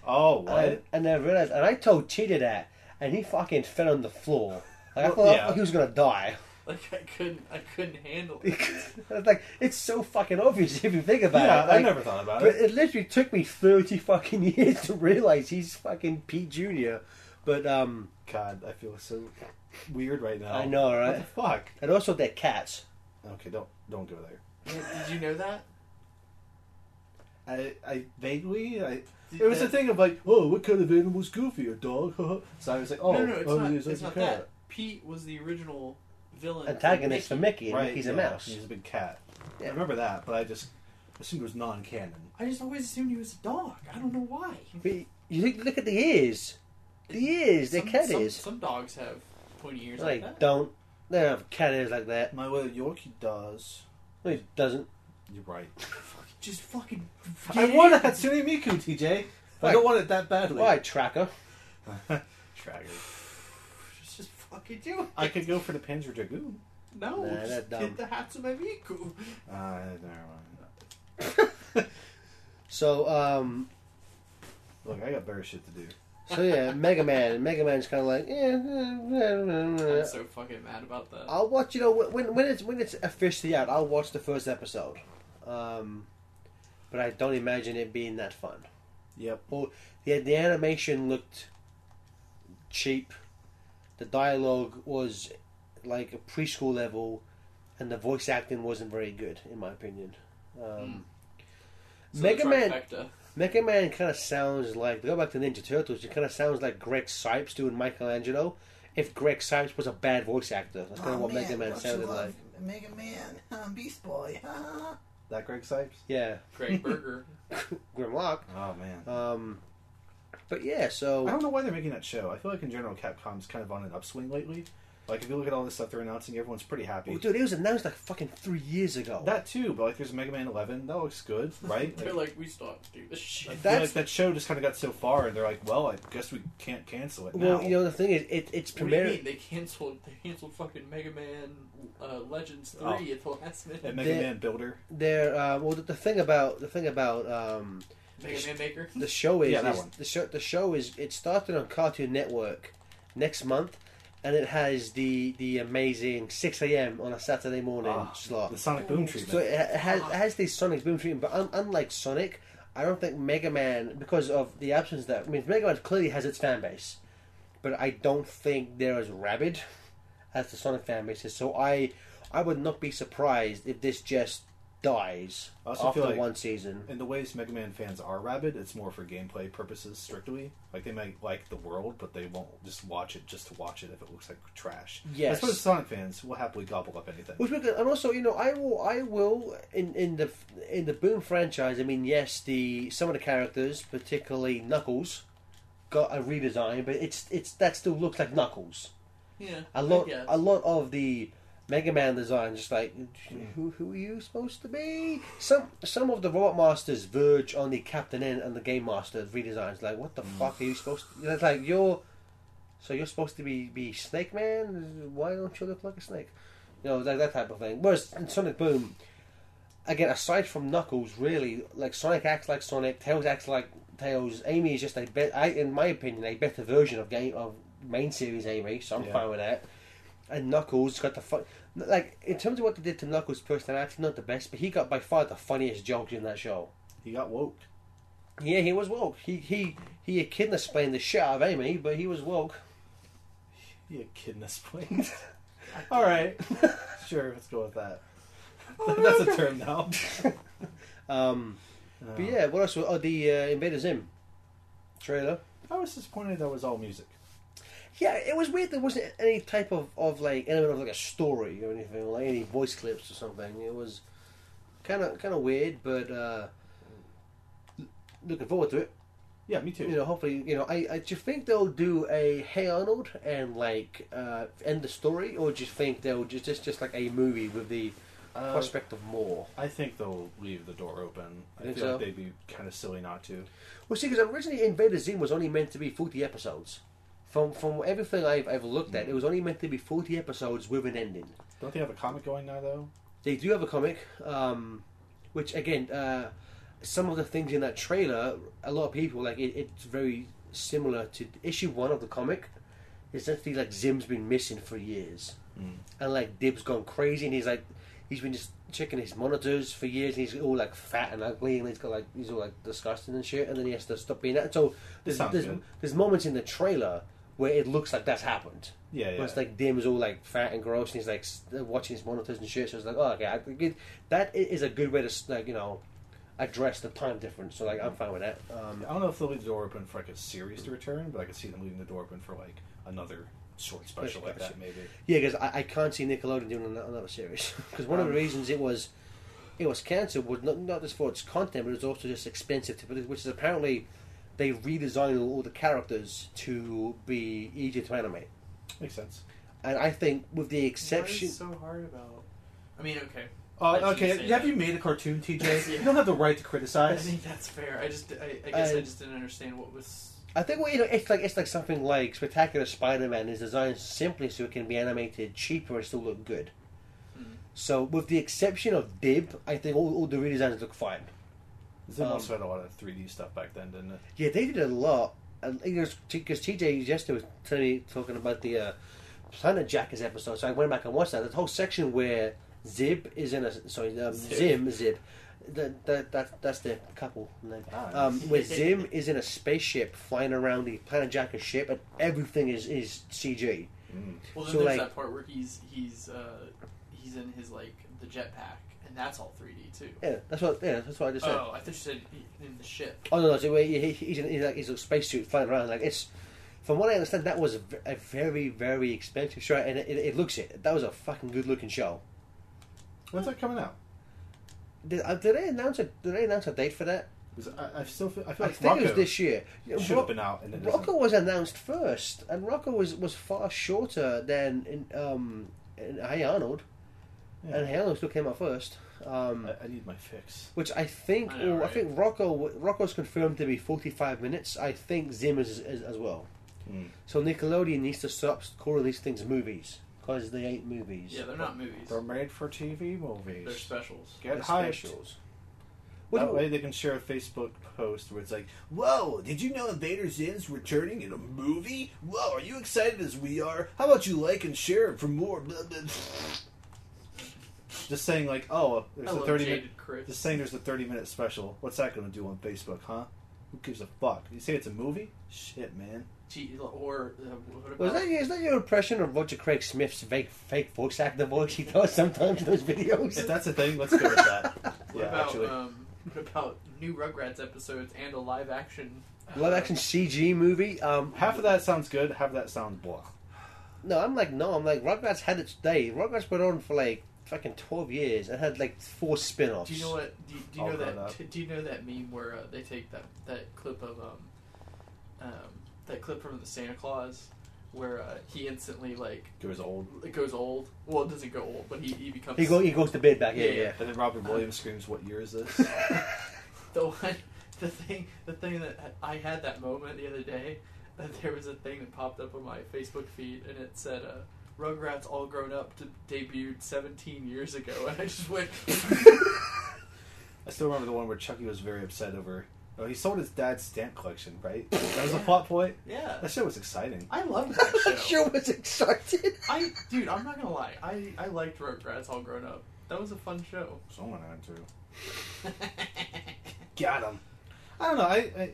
S3: Oh, what?
S1: And, and I realized, and I told Cheetah that, and he fucking fell on the floor. Like I
S3: Well,
S1: thought
S3: yeah.
S1: he was gonna die.
S2: Like I couldn't, I couldn't handle it.
S1: it's like it's so fucking obvious if you think about
S3: yeah,
S1: it.
S3: I
S1: Like,
S3: never thought about
S1: But
S3: it.
S1: it literally took me thirty fucking years to realize he's fucking Pete Junior. But um,
S3: God, I feel so weird right now.
S1: I know,
S3: Oh. What
S1: right?
S3: the fuck?
S1: And also, they're cats.
S3: Okay, don't don't go there.
S2: Did you know that?
S3: I, I vaguely I
S2: Did
S3: it was a
S2: that-
S3: thing of like oh what kind of animal's goofy a dog so I was like oh
S2: no, no, it's
S3: oh,
S2: not.
S3: there's
S2: It's,
S3: a
S2: not
S3: cat.
S2: that. Pete was the original villain.
S1: antagonist for
S2: Mickey.
S1: Mickey, and
S3: right
S1: Mickey's
S3: yeah,
S1: a mouse.
S3: he's a big cat
S1: Yeah.
S3: I remember that but I just assumed it was non canon
S2: I just always assumed he was a dog. I don't know why.
S1: But you look, look at the ears. The ears, they're
S2: Some-
S1: cat
S2: some,
S1: ears.
S2: Some dogs have pointy ears
S1: No,
S2: like
S1: they
S2: that.
S1: don't. They don't have cat ears like that.
S3: my little Yorkie does
S1: No, it doesn't.
S3: you're right
S2: Just fucking.
S3: I
S2: get
S3: want a
S2: in.
S3: Hatsune Miku TJ
S1: Why?
S3: I don't want it that badly
S1: Why, tracker?
S3: Tracker
S2: Just, just fucking do it.
S3: I could go for the Panzer Dragoon
S2: No,
S1: Nah, they're
S2: just
S1: dumb.
S2: get the Hatsune Miku.
S3: uh, never mind
S1: So, um,
S3: look I got better shit to do
S1: so yeah, Mega Man. Mega Man's kind of like, yeah.
S2: I'm so fucking mad about that.
S1: I'll watch. You know, when when it's when it's officially out, I'll watch the first episode. Um, but I don't imagine it being that fun.
S3: yep
S1: Yeah, the animation looked cheap. The dialogue was like a preschool level, and the voice acting wasn't very good, in my opinion. Um,
S2: Hmm. So
S1: Mega
S2: the
S1: Man,
S2: trifecta.
S1: Mega Man kind of sounds like to go back to Ninja Turtles. It kind of sounds like Greg Sipes doing Michelangelo. If Greg Sipes was a bad voice actor, that's
S3: Oh,
S1: kind of what Mega Oh, Man sounded like.
S3: Mega Man, Beast Boy, That Greg Sipes?
S1: Yeah,
S2: Greg Berger.
S1: Grimlock.
S3: Oh man.
S1: Um, but yeah, so
S3: I don't know why they're making that show. I feel like in general Capcom's kind of on an upswing lately. Like if you look at all the stuff they're announcing, everyone's pretty happy.
S1: Oh, dude, oh. it was announced like fucking three years ago.
S3: That too, but like there's Mega Man eleven, that looks good, right?
S2: They're
S3: Like,
S2: like, we still have to do this
S3: I
S2: shit.
S3: feel
S1: that's-
S3: like that show just kind of got so far, and they're like, "Well, I guess we can't cancel it now."
S1: Well, you know the thing is, it, it's
S2: What do you
S1: premiering.
S2: mean? They canceled. They canceled fucking Mega Man uh, Legends three
S3: Oh.
S2: at the last minute.
S3: and Mega
S1: the-
S3: Man Builder,
S1: There, uh, well, the, the thing about the thing about um,
S2: Mega Man Maker.
S1: the show is,
S3: Yeah, that
S1: is-
S3: one.
S1: the show the show is it started on Cartoon Network next month, and it has the the amazing six a.m. on a Saturday morning
S3: Ah,
S1: slot.
S3: The Sonic Boom treatment.
S1: So it, it has it has the Sonic Boom treatment, but un, unlike Sonic, I don't think Mega Man because of the absence of that. I mean, Mega Man clearly has its fan base, but I don't think they're as rabid as the Sonic fan base is. So I I would not be surprised if this just dies
S3: I also
S1: after
S3: feel like-
S1: one season.
S3: In the ways Mega Man fans are rabid, it's more for gameplay purposes strictly. Like they might like the world, but they won't just watch it just to watch it if it looks like trash.
S1: Yes.
S3: I suppose Sonic fans will happily gobble up anything.
S1: Which we could, and also, you know, I will, I will in in the in the Boom franchise. I mean, yes, the some of the characters, particularly Knuckles, got a redesign, but it's it's that still looks like Knuckles.
S2: Yeah.
S1: A lot,
S2: guess.
S1: a lot of the Mega Man design, just like who who are you supposed to be? Some some of the Robot Masters verge on the Captain N and the Game Master redesigns. Like, what the fuck are you supposed? to... It's like you're, so you're supposed to be be Snake Man. Why don't you look like a snake? You know, like that type of thing. Whereas in Sonic Boom, again, aside from Knuckles, really, like Sonic acts like Sonic, Tails acts like Tails. Amy is just a bet. I, in my opinion, a better version of game of main series Amy. So I'm
S3: Yeah.
S1: fine with that. And Knuckles got the fun. Like in terms of what they did to Knuckles' personality, not the best, but he got by far the funniest jokes in that show.
S3: He got woke.
S1: Yeah, he was woke. He he he echidna explained the shit out of Amy, but he was woke.
S3: He a kid in this place. All right, sure, let's go with that. That's a term now.
S1: Um,
S3: Uh,
S1: But yeah, what else? was- Oh, the uh, Invader Zim trailer.
S3: I was disappointed that was all music.
S1: Yeah, it was weird. There wasn't any type of, of like element of like a story or anything, or like any voice clips or something. It was kind of kind of weird, but uh, looking forward to it.
S3: Yeah, me too.
S1: You know, hopefully, you know, I, I do you think they'll do a Hey Arnold and like uh, end the story, or do you think they'll just just, just like a movie with the
S3: Uh,
S1: prospect of more?
S3: I think they'll leave the door open. I
S1: Think
S3: feel
S1: so?
S3: like they'd be kind of silly not to.
S1: Well, see, because originally Invader Zim was only meant to be forty episodes. From from everything I've ever looked at, it was only meant to be forty episodes with an ending.
S3: Don't they have a comic going now though?
S1: They do have a comic, um, which again, uh, some of the things in that trailer, a lot of people like it, it's very similar to issue one of the comic. Essentially, like Zim's been missing for years,
S3: Mm.
S1: and like Dib's gone crazy, and he's like, he's been just checking his monitors for years, and he's all like fat and ugly, and he's got like he's all like disgusting and shit, and then he has to stop being that. So there's
S3: sounds
S1: there's,
S3: good.
S1: there's moments in the trailer where it looks like that's happened.
S3: Yeah, yeah.
S1: But it's like Dim's all like fat and gross, and he's like s- uh, watching his monitors and shit. So it's like, oh, okay, I, good. that i- is a good way to s- like you know address the time difference. So like, I'm fine with that. Um,
S3: I don't know if they'll leave the door open for like a series to return, but I could see them leaving the door open for like another short special like that, maybe.
S1: yeah, because I, I can't see Nickelodeon doing ano- another series because one of the
S3: Um,
S1: reasons it was it was cancelled was not not just for its content, but it was also just expensive to produce, which is apparently they redesigned all the characters to be easier to animate.
S3: Makes sense.
S1: And I think, with the
S2: What
S1: exception,
S2: is so hard about? I mean, okay.
S3: Uh,
S2: I shouldn't
S3: okay,
S2: say
S3: have
S2: that.
S3: you made a cartoon, TJ?
S2: Yeah.
S3: You don't have the right to
S2: I
S3: criticize.
S2: think that's fair. I just, I, I guess, I,
S1: I-
S2: just didn't understand what was.
S1: I think well, you know, it's like it's like something like Spectacular Spider-Man is designed simply so it can be animated cheaper and still look good.
S2: Mhm.
S1: So, with the exception of Dib, I think all, all the redesigns look fine.
S3: Zim
S1: Um,
S3: also had a lot of 3D stuff back then, didn't it?
S1: Yeah, they did a lot. Because TJ yesterday was telling me talking about the uh, Planet Jackers episode, so I went back and watched that. That whole section where Zib is in a sorry um,
S2: Zib.
S1: Zim Zib, that that that that's the couple name.
S3: Ah,
S1: Um, where Zim is in a spaceship flying around the Planet Jacker ship, and everything is is CG.
S3: mm.
S2: Well, then
S1: So,
S2: there's
S1: like-
S2: that part where he's he's uh, he's in his like the jetpack, and that's all 3D too.
S1: Yeah, that's what yeah, that's what I just said.
S2: Oh, I thought you said he- in the ship.
S1: Oh no, no, so wait, he, he's in he's like he's a spacesuit flying around. Like it's, from what I understand, that was a, v- a very very expensive show, and it, it, it looks it. That was a fucking good looking show.
S3: When's that coming out?
S1: Did, uh, did they announce a Did they announce a date for that?
S3: 'Cause I, I still feel, I feel
S1: I
S3: like
S1: think it was
S3: Rocco
S1: this year. Yeah,
S3: should
S1: Ro-
S3: have been out. And it isn't.
S1: Rocco was announced first, and Rocco was, was far shorter than in, um, in Hey Arnold,
S3: Yeah. Uh,
S1: and Hey Arnold still came out first. Um,
S3: I, I need my fix.
S1: which I think,
S2: I know,
S1: or I
S2: right?
S1: think Rocco Rocco's confirmed to be forty five minutes. I think Zim is, is as well.
S3: Mm.
S1: So Nickelodeon needs to stop calling these things movies because they ain't movies.
S2: Yeah, they're not movies.
S3: They're made for TV movies.
S2: They're specials.
S3: Get
S1: They're
S3: hyped.
S1: specials. What
S3: that
S1: do-
S3: way they can share a Facebook post where it's like, "Whoa, did you know Invader Zim's returning in a movie? Whoa, are you excited as we are? How about you like and share it for more?" Blah, blah. Just saying, like, "Oh, there's a
S2: Hello,
S3: thirty minute."
S2: jaded Chris.
S3: Just saying, there's a thirty minute special. What's that going to do on Facebook, huh? Who gives a fuck? You say it's a movie? Shit, man.
S2: Gee, or uh, what about
S1: Was that, is that your impression of Roger Craig Smith's fake, fake voice actor voice he does sometimes in those videos?
S3: If that's a thing, let's go with that.
S2: what
S3: yeah,
S2: about
S3: actually,
S2: um, what about new Rugrats episodes and a live action? uh,
S1: Live action CG movie? Um,
S3: half of that sounds good. Half of that sounds blah.
S1: No, I'm like, no, I'm like, Rugrats had its day. Rugrats went on for like fucking 12 years and had like four spin offs.
S2: Do you know what? Do you, do you
S3: I'll
S2: know
S3: grow it up.
S2: that? do you know that meme where uh, they take that that clip of um, um, that clip from the Santa Claus where uh, he instantly like
S3: Goes old.
S2: it goes old. Well, it doesn't go old, but he, he becomes
S1: He, go, he goes to bed back, yeah,
S2: Yeah,
S1: yeah.
S3: And then Robin
S2: Uh-huh.
S3: Williams screams, "What year is this?"
S2: the one. The thing, the thing that I had that moment the other day, that there was a thing that popped up on my Facebook feed, and it said, uh, "Rugrats All Grown Up to debuted 17 years ago," and I just went,
S3: I still remember the one where Chucky was very upset over. Oh, he sold his dad's stamp collection, right? That was a plot point.
S2: "Yeah,
S3: That shit was exciting.
S2: I love that show."
S1: I sure was excited.
S2: I, dude, I'm not gonna lie, I, I liked Rugrats All Grown Up. That was a fun show.
S3: Someone had to. Got him. I don't know. I, I,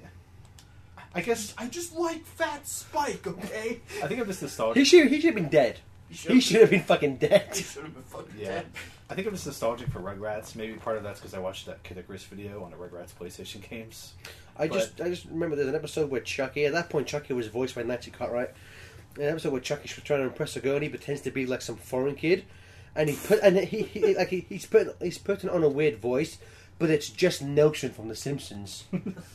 S3: I guess
S2: I just like Fat Spike, okay?
S3: I think I'm just
S1: He
S3: nostalgic.
S1: should, he should have been dead. He should have been fucking
S2: He
S1: dead.
S2: should have been fucking
S3: Yeah.
S2: dead.
S3: I think I'm just nostalgic for Rugrats. Maybe part of that's because I watched that Kid Icarus video on the Rugrats PlayStation games.
S1: I just I just remember there's an episode where Chucky, at that point, Chucky was voiced by Nancy Cartwright. An episode where Chucky's trying to impress a girl and he pretends to be like some foreign kid. And he put and he, he like he, he's putting he's putting on a weird voice, but it's just Nelson from The Simpsons.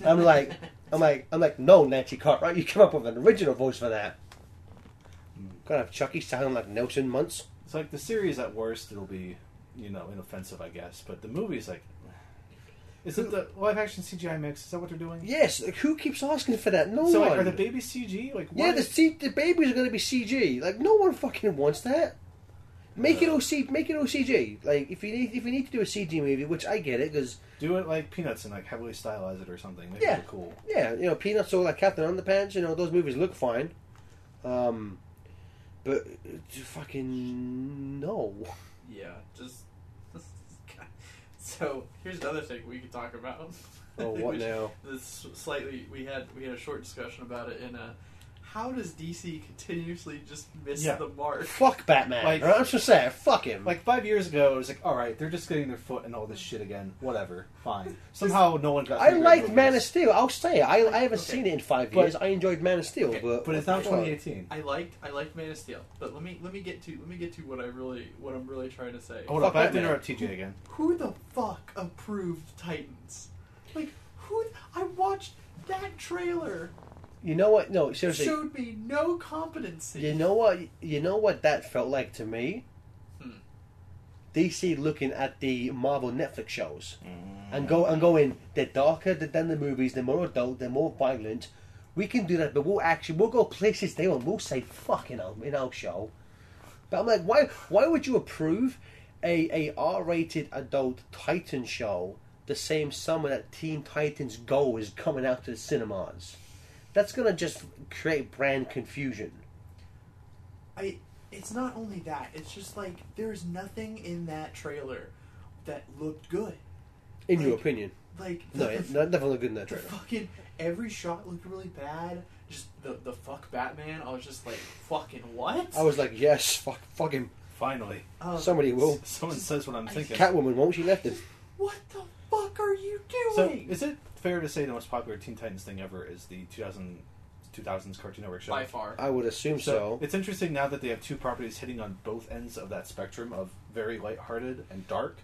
S1: I'm like I'm like I'm like no Nancy Cartwright, you come up with an original voice for that. Gotta have Chucky sounding like Nelson Muntz.
S3: It's like the series at worst, it'll be, you know, inoffensive, I guess. But the movie's like, is it the live action CGI mix? Is that what they're doing?
S1: Yes, like, who keeps asking for that? No
S3: So
S1: one.
S3: like, are the babies CG? Like,
S1: Yeah,
S3: what
S1: the
S3: is-
S1: C- the babies are going to be CG. Like no one fucking wants that. Make it all C- make it all CG. Like if you need if you need to do a CG movie, which I get it because
S3: do it like Peanuts and like heavily stylize it or something. Make
S1: Yeah.
S3: it look cool.
S1: yeah, you know Peanuts or like Captain Underpants, you know those movies look fine. Um, but uh, fucking no.
S2: Yeah, just. So here's another thing we could talk about.
S1: Oh what now?
S2: This slightly we had we had a short discussion about it in a. How does DC continuously just miss
S3: Yeah.
S2: the mark?
S1: Fuck Batman.
S3: Like-
S1: Alright, I'm just saying, fuck him.
S3: Like five years ago, it was like, all right, they're just getting their foot in all this shit again. Whatever, fine. Somehow, no one got.
S1: I
S3: through
S1: liked
S3: Great
S1: Man of
S3: Movies.
S1: Steel. I'll say it. I, I haven't
S2: Okay.
S1: seen it in five
S3: But-
S1: years. I enjoyed Man of Steel,
S2: Okay,
S1: but
S3: but it's not
S1: Fuck.
S3: 2018.
S2: I liked I liked Man of Steel, but let me let me get to let me get to what I really what I'm really trying to say.
S3: Hold up,
S1: Fuck
S3: I have to
S1: Batman.
S3: interrupt TJ again.
S2: Who the fuck approved Titans? Like who? I watched that trailer.
S1: You know what? No, seriously.
S2: Showed me no competency.
S1: You know what? You know what that felt like to me.
S2: Hmm.
S1: DC looking at the Marvel Netflix shows and go and going. They're darker th- than the movies. They're more adult. They're more violent. We can do that, but we'll actually we'll go places they won't. We'll say fucking our in our show. But I'm like, why? Why would you approve a a R-rated adult Titan show the same summer that Teen Titans Go is coming out to the cinemas? That's gonna just create brand confusion.
S2: I it's not only that, it's just like there's nothing in that trailer that looked good.
S1: In your
S2: Like-
S1: opinion?
S2: Like
S1: No, it, no, nothing looked good in that
S2: the
S1: trailer.
S2: fucking every shot looked really bad. Just the the fuck Batman, I was just like fucking what?
S1: I was like, yes, fuck, fuck him.
S3: Finally,
S2: Um,
S1: Somebody will.
S3: someone says what I'm thinking.
S1: Catwoman won't. She left him.
S2: What the fuck are you
S3: So,
S2: doing?
S3: is it fair to say the most popular Teen Titans thing ever is the 2000, 2000s Cartoon Network show?
S2: by far.
S1: I would assume so.
S3: it's interesting now that they have two properties hitting on both ends of that spectrum of very lighthearted and dark,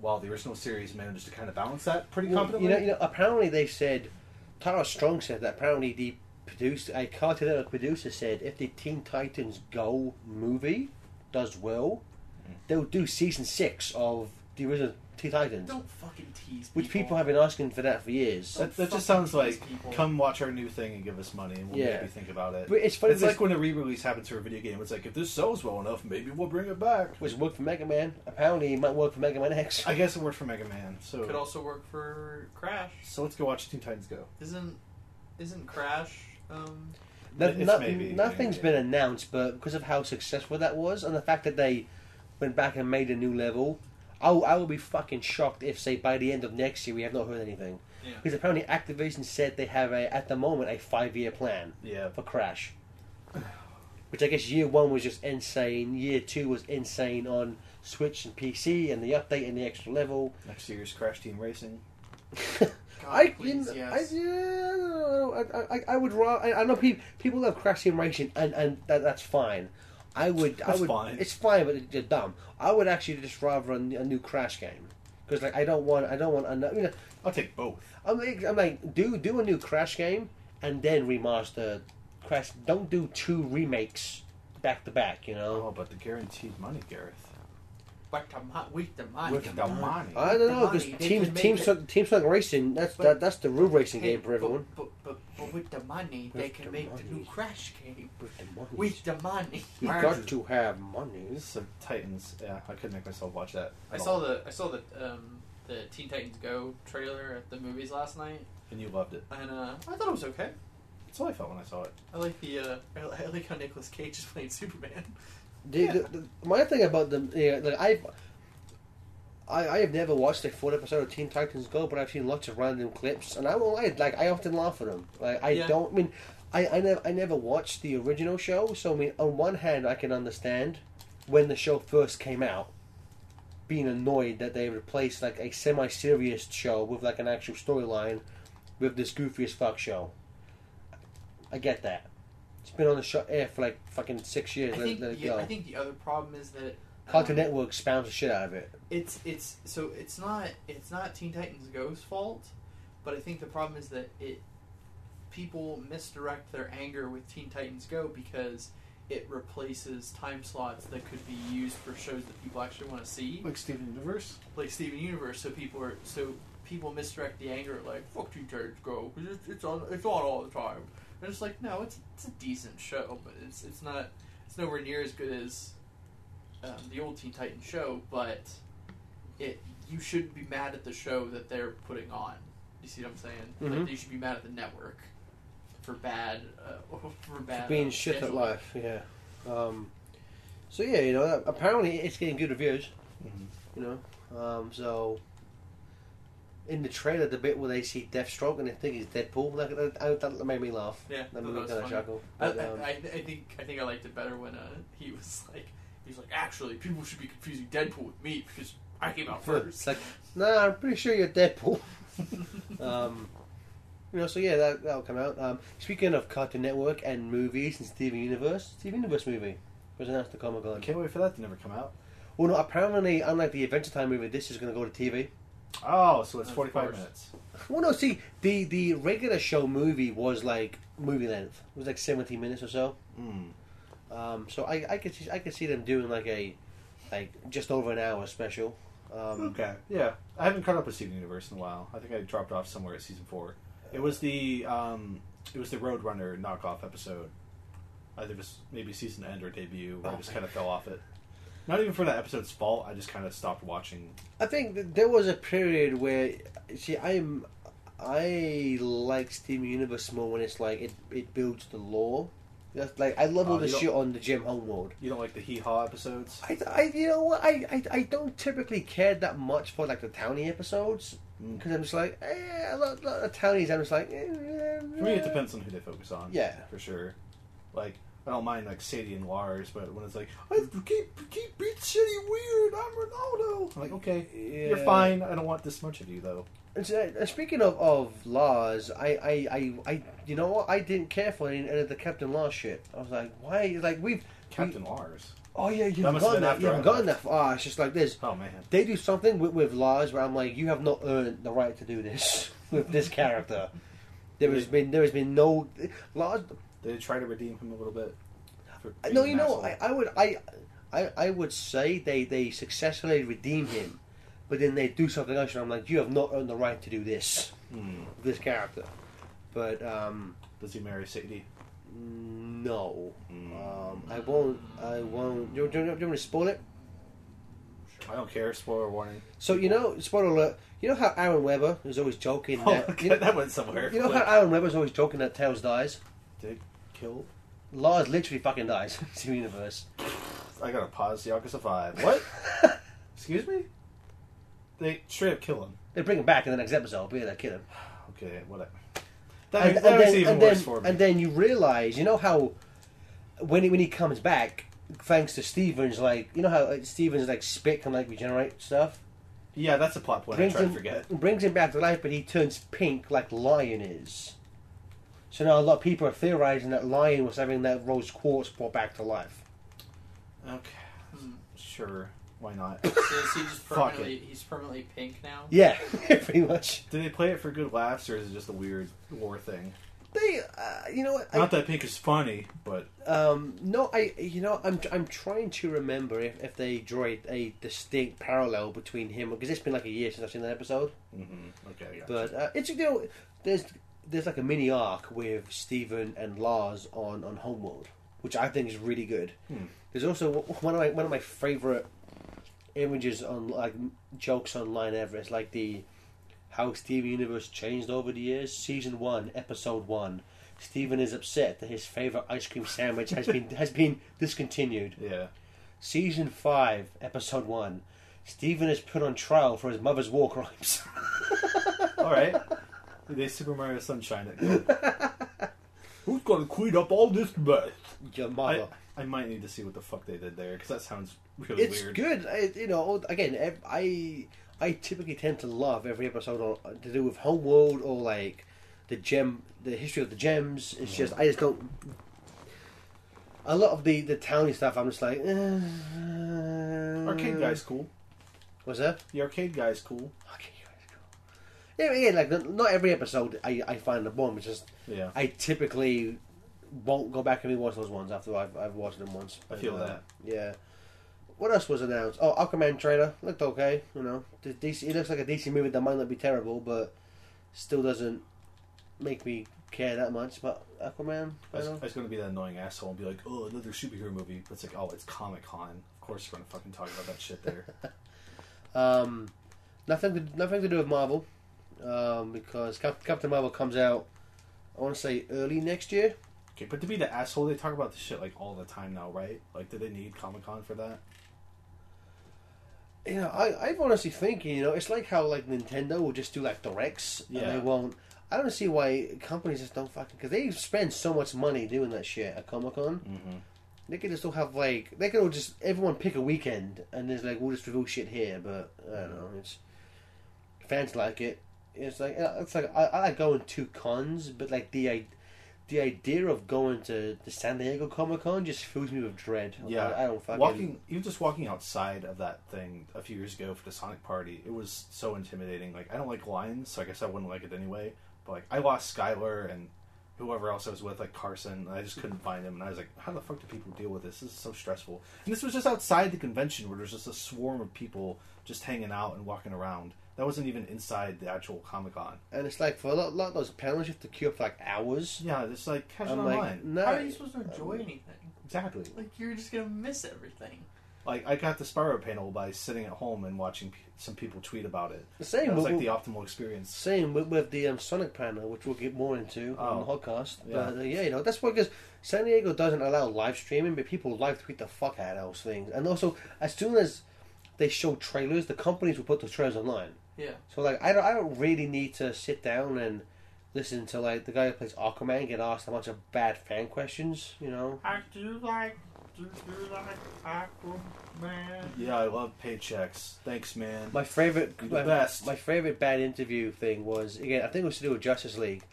S3: while the original series managed to kind of balance that pretty
S1: Well,
S3: competently.
S1: you know, you know. Apparently, they said Tara Strong said that. Apparently, the producer, a Cartoon Network producer, said if the Teen Titans Go movie does well, they'll do season six of the original Teen Titans,
S2: Don't fucking tease.
S1: which people have been asking for that for years.
S2: Oh,
S3: That, that
S2: fucking
S3: just sounds
S2: these
S3: like
S2: people.
S3: come watch our new thing and give us money, and we'll
S1: Yeah.
S3: maybe think about it.
S1: But it's funny.
S3: It's
S1: because
S3: like when a re-release happens for a video game. It's like if this sells well enough, maybe we'll bring it back.
S1: which worked for Mega Man. Apparently, it might work for Mega Man X.
S3: I guess it worked for Mega Man.
S2: Could
S3: So
S2: also work for Crash.
S3: so let's go watch Teen Titans Go.
S2: Isn't isn't Crash? Um,
S1: No,
S3: It's
S1: no-
S3: maybe-
S1: nothing's
S3: maybe.
S1: been announced, but because of how successful that was and the fact that they went back and made a new level, I, w- I would be fucking shocked if, say, by the end of next year, we have not heard anything.
S2: Yeah.
S1: Because apparently, Activision said they have a, at the moment, a five-year plan
S3: Yeah,
S1: for Crash. Which I guess year one was just insane. Year two was insane on Switch and PC, and the update and the extra level.
S3: next year's Crash Team Racing.
S2: God,
S1: I,
S2: please,
S1: you know,
S2: yes.
S1: I, yeah, I, I, I would ra I, I know people people love Crash Team Racing, and and that, that's fine. I would, I
S3: That's
S1: would,
S3: fine.
S1: it's fine, but you're dumb. I would actually just rather a, n- a new Crash game because like I don't want, I don't want another. You know,
S3: I'll take both.
S1: I'm like, I'm like, do do a new Crash game and then remaster Crash. Don't do two remakes back to back. You know.
S3: Oh, but the guaranteed money, Gareth.
S2: But the mo- with the money.
S3: With the money.
S1: I don't know
S2: Oh,
S1: Uh,
S2: The
S1: because
S2: money, they
S1: team
S2: can make
S1: team
S2: it-
S1: Sonic- team Sonic Racing that's
S2: But-
S1: that, that's the real racing
S2: Hey,
S1: game for everyone.
S2: But, but, but, but with the money, they
S1: With
S2: can
S1: the
S2: make the
S1: money.
S2: new Crash game.
S1: With the money,
S2: With the money.
S1: we got
S3: Ours-
S1: to have money.
S3: So Titans. Yeah, I couldn't make myself watch that.
S2: I
S3: at
S2: saw
S3: all.
S2: the I saw the um, the Teen Titans Go trailer at the movies last night,
S3: and you loved it.
S2: and uh, I thought it was okay.
S3: That's how I felt when I saw it.
S2: I like the uh, I li- I like how Nicolas Cage is playing Superman.
S1: The, the, the, my thing about them, yeah, like I've, I, I have never watched a full episode of Teen Titans Go, but I've seen lots of random clips, and I won't lie, like I often laugh at them. Like I
S2: Yeah.
S1: don't I mean, I I never I never watched the original show, so I mean, on one hand, I can understand when the show first came out, being annoyed that they replaced like a semi-serious show with like an actual storyline with this goofy as fuck show. I get that. It's been on the show air for like fucking six years.
S2: I
S1: let,
S2: think
S1: let it
S2: the,
S1: go.
S2: I think the other problem is that
S1: Cartoon
S2: um,
S1: Network spams the shit out of it.
S2: it's it's so it's not it's not Teen Titans Go's fault, but I think the problem is that it people misdirect their anger with Teen Titans Go because it replaces time slots that could be used for shows that people actually want to see,
S3: Like Steven Universe.
S2: like Steven Universe. So people are so people misdirect the anger like fuck Teen Titans Go because it's, it's on it's on all the time. And it's like no, it's it's a decent show, but it's it's not it's nowhere near as good as um, the old Teen Titans show, but it you should be mad at the show that they're putting on. You see what I'm saying?
S1: Mhm.
S2: Like you should be mad at the network for bad uh, for bad
S1: Being
S2: uh,
S1: shit at
S2: scheduling.
S1: life, yeah. Um, so yeah, you know, apparently it's getting good reviews,
S3: Mhm.
S1: you know. Um, so in the trailer, the bit where they see Deathstroke and they think he's Deadpool, that, that, that, that made me laugh.
S2: Yeah,
S1: That
S2: that
S1: made me
S2: was
S1: kind of
S2: funny.
S1: chuckle.
S2: I,
S1: But, um,
S2: I, I, I think I think I liked it better when uh, he was like he was like actually people should be confusing Deadpool with me because I came out
S1: it's
S2: first.
S1: like, nah, I'm pretty sure you're Deadpool. um, you know, so yeah, that that'll come out. Um, speaking of Cartoon Network and movies and Steven Universe, Steven Universe movie was announced at Comic
S3: I
S1: Con.
S3: can't wait for that to never come out.
S1: Well, no, apparently, unlike the Adventure Time movie, this is going to go to TV.
S3: Oh, so it's
S2: Of
S3: 45
S2: course.
S3: minutes.
S1: Well, no, see, the, the regular show movie was like movie length. It was like 70 minutes or so.
S3: Mm.
S1: Um, so I, I could see, I could see them doing like a like just over an hour special. Um,
S3: Okay. Yeah, I haven't caught up with Steven Universe in a while. I think I dropped off somewhere at season four. It was the um, it was the Roadrunner knockoff episode. Either it was maybe season end or debut. Where I
S1: Oh,
S3: just
S1: man.
S3: kind of fell off it. Not even for that episode's fault. I just kind of stopped watching.
S1: I think that there was a period where see I'm I like Steam Universe more when it's like it, it builds the lore. That's like I love all
S3: Oh,
S1: the
S3: you don't-
S1: shit on the Jim Homeworld.
S3: You don't like the hee haw episodes?
S1: I, I you know what I, I I don't typically care that much for like the townie episodes
S3: Mm.
S1: because I'm just like eh, a lot, lot of townies I'm just like eh, eh,
S3: For me, it
S1: eh.
S3: depends on who they focus on.
S1: Yeah.
S3: for sure. Like I don't mind like Sadie and Lars, but when it's like I keep keep beat City weird, I'm Ronaldo. I'm like okay, you're
S1: Yeah.
S3: fine. I don't want this much of you though.
S1: And so, uh, speaking of, of Lars, I, I, I, I you know what I didn't care for any of the Captain Lars shit. I was like why like we've
S3: Captain Lars.
S1: oh yeah
S3: That
S1: you've
S3: must have
S1: gone
S3: been
S1: that
S3: after I
S1: you've gone that
S3: left.
S1: far. It's just like this.
S3: Oh man.
S1: They do something with, with Lars where I'm like you have not earned the right to do this with this character. There has been there has been no Lars
S3: They try to redeem him a little bit. for
S1: I-
S3: being
S1: No,
S3: an
S1: you know,
S3: asshole.
S1: I, I would, I, I, I would say they, they successfully redeem him but then they do something else, and I'm like, you have not earned the right to do this,
S3: Hmm.
S1: this character. But um,
S3: Does he marry Sadie?
S1: no,
S3: Hmm.
S1: um, I won't. I won't. Do you, do, you, do you want me to spoil it?
S3: I don't care. Spoiler warning.
S1: So you know, spoiler alert. You know how Aaron Weber is always joking
S3: Oh,
S1: that you know,
S3: that went somewhere.
S1: you know how
S3: Like,
S1: Aaron Weber's always joking that Tails dies.
S3: killed.
S1: Lars literally fucking dies in the universe.
S3: I gotta pause the Yakuza Five. What? Excuse me? They straight up kill him.
S1: They bring him back in the next episode, but yeah, they kill him.
S3: Okay, whatever. That makes, that
S1: and
S3: makes
S1: then-
S3: it even
S1: and
S3: worse
S1: then-
S3: for me.
S1: And then you realize, you know how when he, when he comes back, thanks to Stevens, like you know how uh, Stevens like spit can like regenerate stuff.
S3: yeah, that's a plot point I try to
S1: him
S3: forget.
S1: brings him back to life, but he turns pink like Lion is. So now a lot of people are theorizing that Lion was having that rose quartz brought back to life.
S3: Okay,
S2: Hmm.
S3: sure. Why not?
S2: So is he just
S3: Fuck it.
S2: permanently, he's permanently pink now?
S1: Yeah, pretty much.
S3: Do they play it for good laughs, or is it just a weird war thing?
S1: They, uh, you know, what, I,
S3: Not that pink is funny, but
S1: Um, no, I you know I'm I'm trying to remember if, if they draw a, a distinct parallel between him because it's been like a year since I've seen that episode.
S3: mhm, okay, yeah.
S1: But uh, it's you know there's there's like a mini arc with Steven and Lars on on Homeworld, which I think is really good.
S3: Hmm.
S1: There's also one of my one of my favorite images on like jokes online ever. It's like the how Steven Universe changed over the years. Season one, episode one. Steven is upset that his favorite ice cream sandwich has been has been discontinued.
S3: yeah,
S1: Season five, episode one. Steven is put on trial for his mother's war crimes.
S3: all right. They Super Mario Sunshine it.
S4: Who's gonna clean up all this mess?
S1: Your
S3: I,
S1: mother.
S3: I might need to see what the fuck they did there because that sounds really
S1: it's
S3: weird.
S1: good. I, you know, again, ev- I I typically tend to love every episode on, to do with Homeworld or like the gem, the history of the gems.
S3: Mm-hmm.
S1: It's just I just don't. A lot of the the towny stuff, I'm just like. eh.
S3: Arcade guy's cool.
S1: What's that?
S3: The arcade guy's cool.
S1: Arcade guy's cool. Yeah, but again, like not- not every episode I I find a bomb. It's just
S3: Yeah,
S1: I typically won't go back and rewatch those ones after I've I've watched them once.
S3: I feel
S1: And, uh,
S3: that.
S1: Yeah. What else was announced? Oh, Aquaman trailer looked okay. You know, The DC. It looks like a DC movie that might not be terrible, but still doesn't make me care that much. But Aquaman, you
S3: I was, I
S1: know?
S3: was going to be that annoying asshole and be like, oh, another superhero movie. But it's like, oh, it's Comic Con. Of course, we're going to fucking talk about that shit there.
S1: um, nothing, to, nothing to do with Marvel, um, because Cap- Captain Marvel comes out. I want to say early next year.
S3: okay, but to be the asshole, they talk about this shit like all the time now, right? Like, do they need Comic Con for that?
S1: You know, I, I'm honestly thinking, you know, it's like how like Nintendo will just do like directs,
S3: Yeah.
S1: and they won't. I don't see why companies just don't fucking because they spend so much money doing that shit at Comic Con.
S3: Mm-hmm.
S1: They could just all have like they could all just everyone pick a weekend and there's like we'll just reveal shit here, but I don't know. It's fans like it. It's like uh, it's like I, I like going to cons, but like the i- the idea of going to the San Diego Comic Con just fills me with dread.
S3: Yeah.
S1: I, I don't fucking
S3: Walking, even just walking outside of that thing a few years ago for the Sonic Party, it was so intimidating. Like, I don't like lines, so I guess I wouldn't like it anyway. But like, I lost Skylar and whoever else I was with, like Carson. And I just couldn't find him, and I was like, how the fuck do people deal with this? This is so stressful. And this was just outside the convention where there's just a swarm of people just hanging out and walking around. That wasn't even inside the actual Comic Con.
S1: and it's like for a lot, lot of those panels you have to queue up for like hours.
S3: Yeah, it's like
S1: I'm
S3: casual online.
S1: like, mm. no,
S2: How are you supposed to enjoy anything?
S3: Exactly.
S2: Like you're just gonna miss everything.
S3: Like I got the Spyro panel by sitting at home and watching p- some people tweet about it.
S1: the same.
S3: That was
S1: with-
S3: like the optimal experience.
S1: Same with, with the um, Sonic panel, which we'll get more into on the
S3: Oh.
S1: podcast.
S3: Yeah.
S1: But uh, yeah, you know that's because San Diego doesn't allow live streaming, but people live tweet the fuck out of those things. And also, as soon as they show trailers, the companies will put those trailers online.
S2: Yeah.
S1: So like, I don't, I don't really need to sit down and listen to like the guy who plays Aquaman get asked a bunch of bad fan questions. You know,
S2: I do like, do, do like Aquaman.
S3: Yeah, I love paychecks. Thanks, man.
S1: My favorite,
S3: You're the
S1: my,
S3: best.
S1: my favorite bad interview thing was again. I think it was to do with Justice League,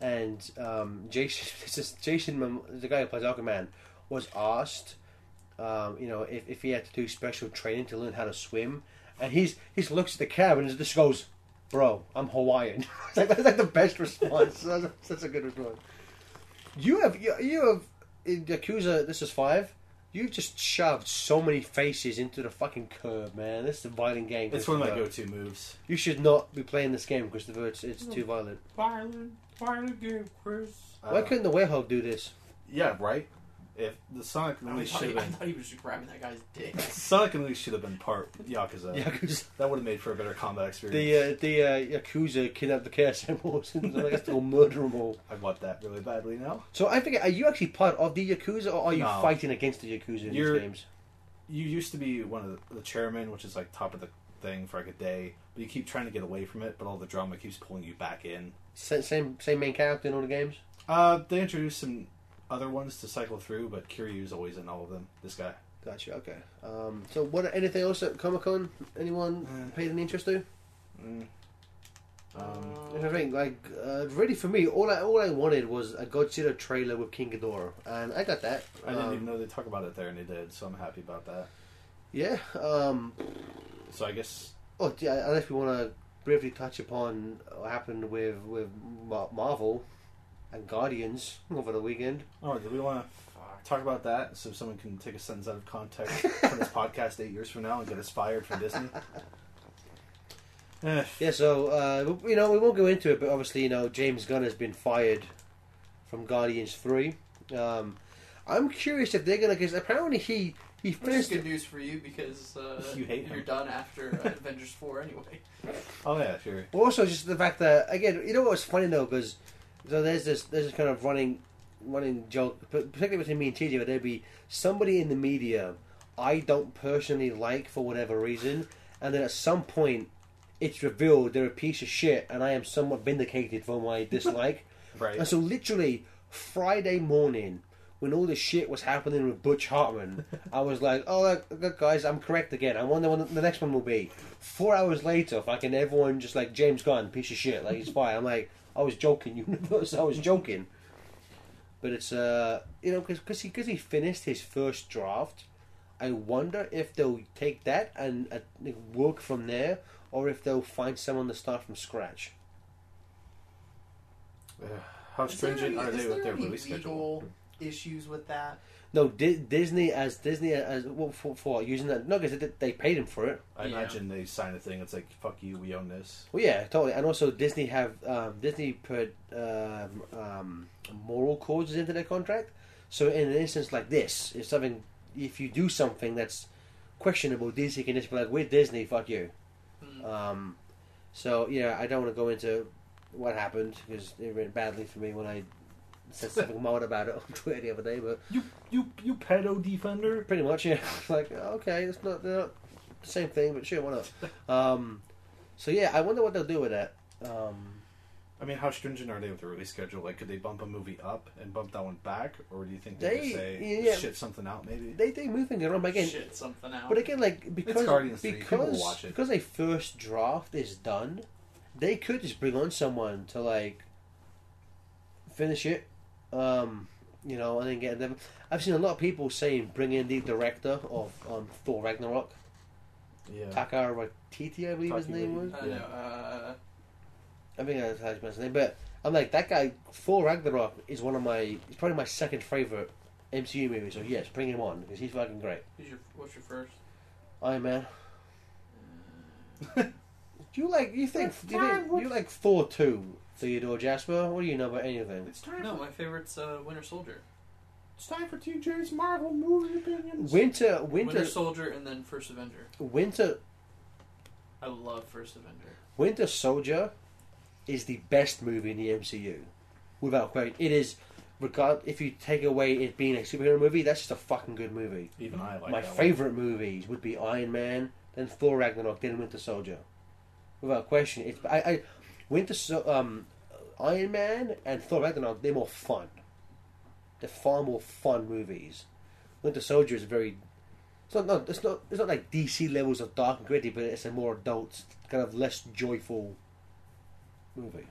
S1: and um, Jason, this is Jason, Mom- the guy who plays Aquaman, was asked, um, you know, if, if he had to do special training to learn how to swim, and he's he just looks at the camera and just goes, "Bro, I'm Hawaiian." it's like, that's like the best response. that's, that's a good response. You have you, you have in Yakuza. This is five. You've just shoved so many faces into the fucking curb, man. This is a violent game.
S3: It's one of my go-to moves.
S1: You should not be playing this game, Christopher. It's, it's too violent.
S2: Violent, violent game, Chris.
S3: Uh,
S1: Why couldn't the werewolf do this?
S3: yeah, right. If the Sonic and
S2: I
S3: Leash
S2: thought,
S3: should
S2: he, I
S3: have
S2: thought he was just grabbing that guy's dick.
S3: been Sonic and Leash should have been part Yakuza.
S1: Yakuza.
S3: That would have made for a better combat experience.
S1: The uh, the uh, Yakuza kidnapped the Chaos Emeralds and they're like, still murder them all.
S3: I want that really badly now.
S1: So I figure, are you actually part of the Yakuza or are you
S3: No.
S1: fighting against the Yakuza in
S3: You're-
S1: these games?
S3: You used to be one of the, the chairman, which is like top of the thing for like a day, but you keep trying to get away from it, but all the drama keeps pulling you back in.
S1: Sa- Same, same main character in all the games?
S3: Uh, they introduced some other ones to cycle through, but Kiryu's always in all of them. This guy.
S1: Gotcha, okay. Um, so what? anything else at Comic Con? Anyone
S3: Uh.
S1: paid any interest to?
S3: Mm. Um,
S1: That's the thing, like, uh, really for me, all I all I wanted was a Godzilla trailer with King Ghidorah, and I got that.
S3: I didn't
S1: Um,
S3: even know they talk about it there, and they did, so I'm happy about that.
S1: Yeah. Um,
S3: So I guess
S1: oh, yeah, unless we want to briefly touch upon what happened with with Mar- Marvel and Guardians over the weekend.
S3: Oh, do we want
S2: Fuck.
S3: to talk about that so someone can take a sentence out of context from this podcast eight years from now and get us fired from Disney? Eh,
S1: Yeah. So uh, you know we won't go into it, but obviously you know James Gunn has been fired from Guardians Three. Um, I'm curious if they're gonna because apparently he he
S2: Which is
S1: finished.
S2: good news for you because uh,
S3: You hate
S2: are
S3: him.
S2: done after uh, Avengers Four anyway.
S3: oh yeah, sure.
S1: Also, just the fact that again, you know what's funny though, because so there's this there's this kind of running running joke, p- particularly between me and TJ, where there'd be somebody in the media I don't personally like for whatever reason, and then at some point it's revealed they're a piece of shit, and I am somewhat vindicated for my dislike.
S3: Right.
S1: And so, literally, Friday morning, when all this shit was happening with Butch Hartman, I was like, oh, look, look, guys, I'm correct again. I wonder when the next one will be. Four hours later, fucking everyone just like, James Gunn, piece of shit. Like, he's fine. I'm like, I was joking, universe. I was joking. But it's, uh, you know, because he, cause he finished his first draft. I wonder if they'll take that and uh, like, work from there, or if they'll find someone to start from scratch.
S3: eh, How
S2: Is there
S3: stringent
S2: any-
S3: are
S2: is
S3: they
S2: there
S3: with their
S2: any
S3: release schedule?
S2: legal Issues with that.
S1: No, Di- Disney as Disney as well, for, for using that. No, because they, they paid him for it.
S3: I
S2: Yeah.
S3: imagine they sign a thing. It's like fuck you, we own this.
S1: Well, yeah, totally. And also, Disney have um, Disney put um, um, moral clauses into their contract. So, in an instance like this, if something, if you do something that's questionable, Disney can just be like, "We're Disney, fuck you."
S2: Mm.
S1: Um, so, yeah, I don't want to go into what happened because it went badly for me when I said something mild about it on Twitter the other day. But
S3: You you pedo defender.
S1: Pretty much, yeah. like, okay, it's not, they're not the same thing, but sure, why not? Um, so yeah, I wonder what they'll do with that. Um,
S3: I mean, how stringent are they with the release schedule? Like, could they bump a movie up and bump that one back, or do you think they,
S1: They-
S3: could say
S1: yeah.
S3: shit something out? Maybe
S1: they they move things around but again,
S2: Shit, something out.
S1: but again, like because
S3: Guardians three, people
S1: because
S3: watch it.
S1: because a first draft is done, they could just bring on someone to like finish it. Um, you know, and then get them. I've seen a lot of people saying bring in the director of um, Thor Ragnarok,
S3: yeah.
S1: Takara Waititi, I believe his
S3: Taiki
S1: name was.
S2: I don't know. Uh,
S1: I think that's how you pronounce his name, but I'm like that guy. Thor Ragnarok is one of my. It's probably my second favorite MCU movie. So yes, bring him on because he's fucking great.
S2: who's your, what's your first?
S1: Iron Man. Do you like? You think? Do you, think, do you like Thor two? Theodore Jasper. What do you know about anything?
S3: It's time.
S2: No, my favorite's uh, Winter Soldier.
S3: It's time for TJ's Marvel movie opinions.
S1: Winter,
S2: Winter,
S1: winter,
S2: Soldier, and then First Avenger.
S1: winter,
S2: I love First Avenger.
S1: Winter Soldier is the best movie in the MCU, without question. It is, regard if you take away it being a superhero movie, that's just a fucking good movie.
S3: Even I like
S1: my
S3: that one.
S1: favorite movies would be Iron Man, then Thor Ragnarok, then Winter Soldier. Without question, it's I, I Winter so, um, Iron Man and Thor Ragnarok. They're more fun. They're far more fun movies. Winter Soldier is very. It's not, not. It's not. It's not like DC levels of dark and gritty, but it's a more adult, kind of less joyful movie.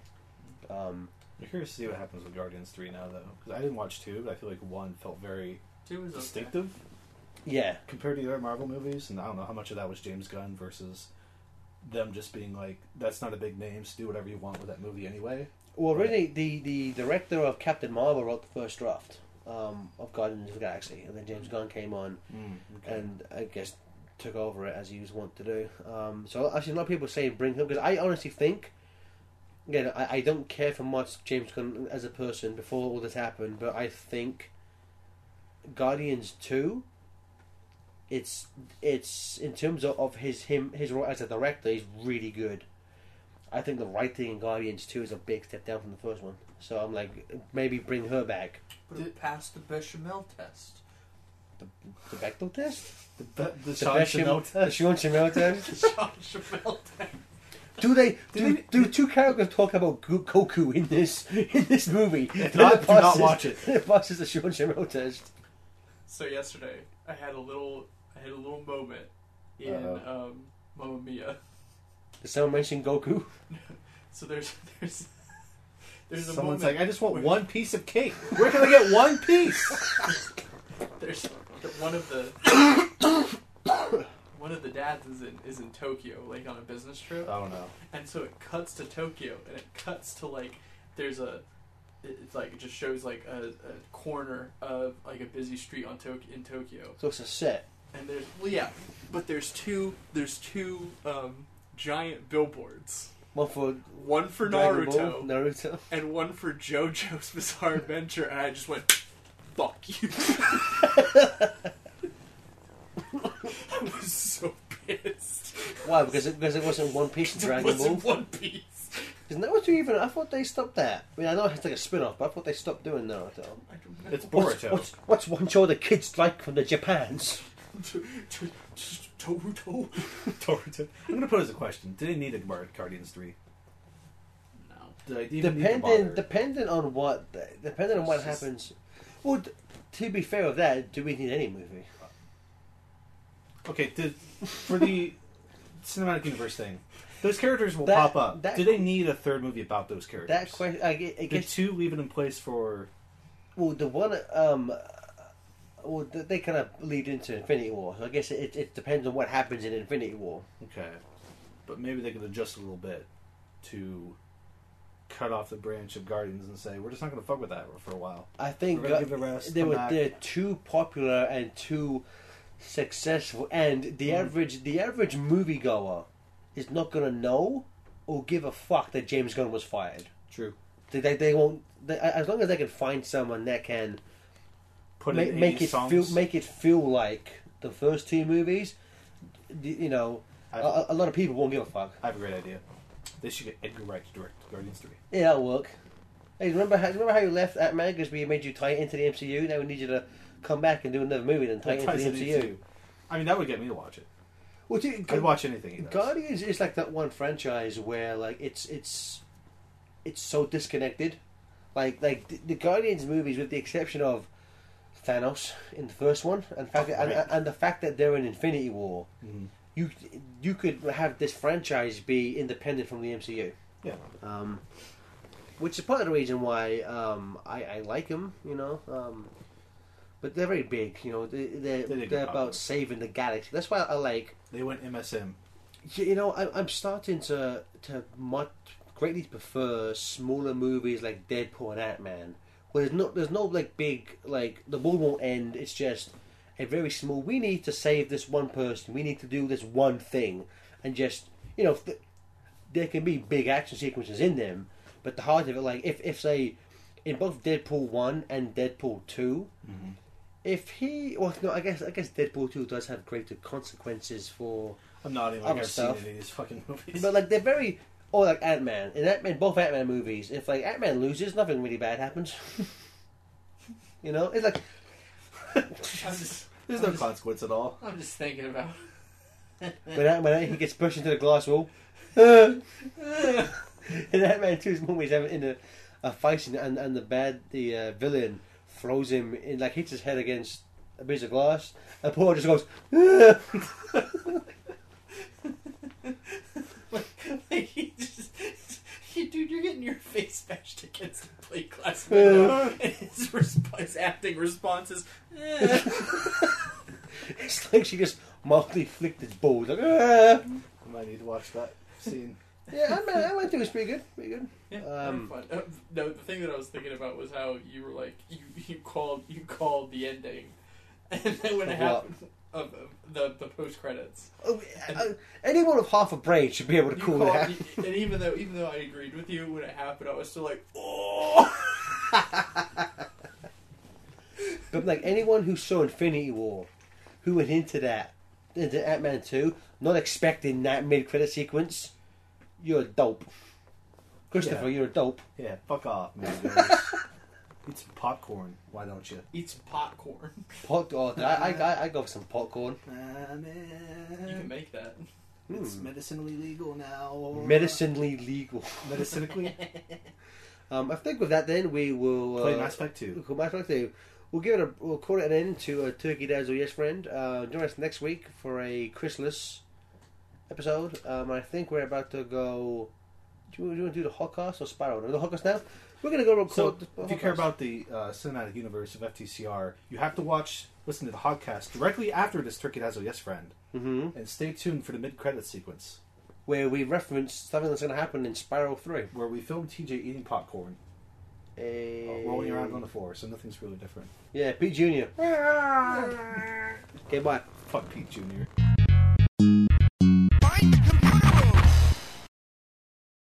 S1: Um,
S3: I'm curious to see what happens with Guardians 3 now, though. Because I didn't watch 2, but I feel like 1 felt very
S2: Two was okay.
S3: distinctive
S1: yeah,
S3: compared to the other Marvel movies, and I don't know how much of that was James Gunn versus them just being like, that's not a big name, so do whatever you want with that movie anyway.
S1: Well, really, the, the director of Captain Marvel wrote the first draft. um, of Guardians of the Galaxy, and then James Gunn came on
S5: Mm,
S1: and I guess took over it as he was wont to do. Um, so I've seen a lot of people saying bring him because I honestly think, again, I, I don't care for much James Gunn as a person before all this happened, but I think Guardians Two. It's it's in terms of, of his him his role as a director, he's really good. I think the writing in Guardians Two is a big step down from the first one. So I'm like, maybe bring her back.
S6: But it passed the bechamel test.
S1: The Bechdel test,
S5: the, be- the,
S1: the
S5: Sean Chanel
S1: Bechdel- the
S5: test.
S1: Sean Chamel test.
S2: Sean Chamel test.
S1: Do they do,
S5: they-
S1: do two characters talk about Go- Goku in this in this movie?
S5: If not, do not watch it.
S1: It passes the Sean Shimel test.
S2: So yesterday, I had a little, I had a little moment in
S5: Uh-oh.
S2: um, Mamma Mia.
S1: Did someone mention Goku?
S2: So there's, there's, there's a
S5: Someone's
S2: moment.
S5: like, I just want
S2: where-
S5: one piece of cake. Where can I get one piece?
S2: There's the- one of the one of the dads is in is in Tokyo, like on a business trip,
S5: Oh no.
S2: and so it cuts to Tokyo, and it cuts to like there's a it- it's like it just shows like a, a corner of like a busy street on Tok in Tokyo,
S1: So it's a set.
S2: and there's well yeah, but there's two there's two um, giant billboards,
S1: One for
S2: one for
S1: Dragon Ball,
S2: Naruto
S1: Naruto.
S2: and one for JoJo's Bizarre Adventure, and I just went, "Fuck you." I was so pissed.
S1: Why? Because it, because it wasn't One Piece and
S2: It
S1: Dragon Ball.
S2: wasn't One Piece.
S1: Isn't that what you even? I thought they stopped that. I mean, I know it's like a spin-off, but I thought they stopped doing Naruto.
S2: I don't know.
S5: It's
S1: What's,
S5: Boruto.
S1: what's, what's one show the kids like from the Japans?
S2: To- to- to- Naruto.
S5: Boruto. I'm gonna pose a question. Did it need a Guard- Guardians three?
S2: No.
S5: Did I even need to bother?
S1: Depending, depending on what, depending on what
S2: It's just-
S1: happens. Well, d- to be fair of that, do we need any movie?
S5: Okay, did for the cinematic universe thing, those characters will
S1: That-
S5: pop up.
S1: that-
S5: Do they need a third movie about those characters?
S1: That question, I gue- I
S5: Did
S1: guess.
S5: two leave it in place for?
S1: Well, the one, um, well, th- they kind of lead into Infinity War. So I guess it, it depends on what happens in Infinity War.
S5: Okay, but maybe they could adjust a little bit to cut off the branch of Guardians and say we're just not going to fuck with that for a while.
S1: I think
S5: We're gonna
S1: uh,
S5: give it a rest,
S1: they
S5: come
S1: were
S5: back.
S1: they're too popular and too successful, and
S5: Hmm.
S1: the average the average moviegoer is not gonna know or give a fuck that James Gunn was fired.
S5: True.
S1: They they, they won't. They, as long as they can find someone that can
S5: Put
S1: make,
S5: in
S1: make
S5: 80s
S1: it
S5: songs.
S1: feel make it feel like the first two movies. y- You know, a,
S5: I've-
S1: a- a lot of people won't give a fuck.
S5: I have a great idea. They should get Edgar Wright to direct Guardians three.
S1: Yeah, that'll work. Hey, remember how remember how you left at Man because we made you tie it into the MCU? Now we need you to come back and do another movie and tie it into
S5: Ties
S1: the
S5: it
S1: MCU.
S5: into- I mean, that would get me to watch it.
S1: Well, do you,
S5: I'd watch anything. He does.
S1: Guardians is like that one franchise where like it's it's it's so disconnected. Like like the, the Guardians movies, with the exception of Thanos in the first one, and fact and,
S5: Right.
S1: and the fact that they're in Infinity War,
S5: Mhm.
S1: you you could have this franchise be independent from the MCU.
S5: Yeah.
S1: Um, which is part of the reason why um, I, I like them, you know. Um, but they're very big, you know. They,
S5: They
S1: they're they
S5: did
S1: are
S5: good
S1: about
S5: job.
S1: saving the galaxy. That's why I like
S5: They went MSM.
S1: yeah, you know, I, I'm starting to to much greatly prefer smaller movies like Deadpool and Ant Man, where there's no there's no like big like the world won't end. It's just a very small. We need to save this one person. We need to do this one thing, and just you know, if the, there can be big action sequences in them, but the heart of it, like if if say in both Deadpool one and Deadpool 2 if he well no, I guess I guess Deadpool two does have greater consequences for.
S5: I'm nodding like
S1: Other
S5: I've
S1: stuff.
S5: seen any of these fucking movies.
S1: But like they're very or like Ant Man in Ant Man both Ant Man movies. If like Ant Man loses, nothing really bad happens. you know, it's like
S2: I'm just,
S5: There's no
S2: I'm just-
S5: consequence at all.
S2: I'm just thinking about.
S1: when Ant Man he gets pushed into the glass wall. in Ant Man two's movies having in a, a fight and- and and the bad the uh, villain throws him in like hits his head against a piece of glass and Paul just goes.
S2: like, like he just, he, dude, you're getting your face bashed against the plate glass window, and his, resp- his acting response is, eh.
S1: it's like she just mildly flicked his balls like. "Ah."
S5: I might need to watch that scene.
S1: Yeah, I Man, I Man Two was pretty good. Pretty good.
S2: Yeah,
S1: Um,
S2: very fun. Uh, no, the thing that I was thinking about was how you were like you, you called you called the ending, and then when it
S1: Of what?
S2: happened of, of the the post credits,
S1: Oh, uh, anyone with half a brain should be able to
S2: you
S1: call
S2: called,
S1: that.
S2: you, and even though even though I agreed with you when it happened, I was still like, oh,
S1: But like anyone who saw Infinity War, who went into that into Ant Man two, not expecting that mid credit sequence, you're a dope. Christopher,
S3: Yeah.
S1: you're a dope.
S3: Yeah, fuck off, man. Eat some popcorn. Why don't you?
S2: eat some popcorn.
S1: Pot. Oh, I, I, I, I go for some popcorn.
S2: You can make that.
S1: It's
S3: medicinally legal now.
S1: Medicinally legal.
S3: Medicinically?
S1: Um, I think with that, then we will uh,
S3: Play Mass Effect 2.
S1: We'll, Mass Effect 2. we'll give it a we'll call it an end to a Turkey Dazzle Yes Friend. Uh, join us next week for a Christmas episode. Um, I think we're about to go. Do you, do you want to do the Holocaust or Spiral? No, the Holocaust now. We're gonna go record.
S3: So,
S1: the
S3: if you
S1: Holocaust.
S3: care about the uh, cinematic universe of FTCR, you have to watch, listen to the podcast directly after this Turkey Dazzle Yes Friend,
S1: Mhm.
S3: and stay tuned for the mid credit sequence
S1: where we reference something that's gonna happen in Spiral Three,
S3: where we film TJ eating popcorn, uh,
S1: Eh,
S3: rolling around on the floor, so nothing's really different. Ah!
S1: yeah, Pete Junior. okay, bye.
S3: Fuck Pete Jr.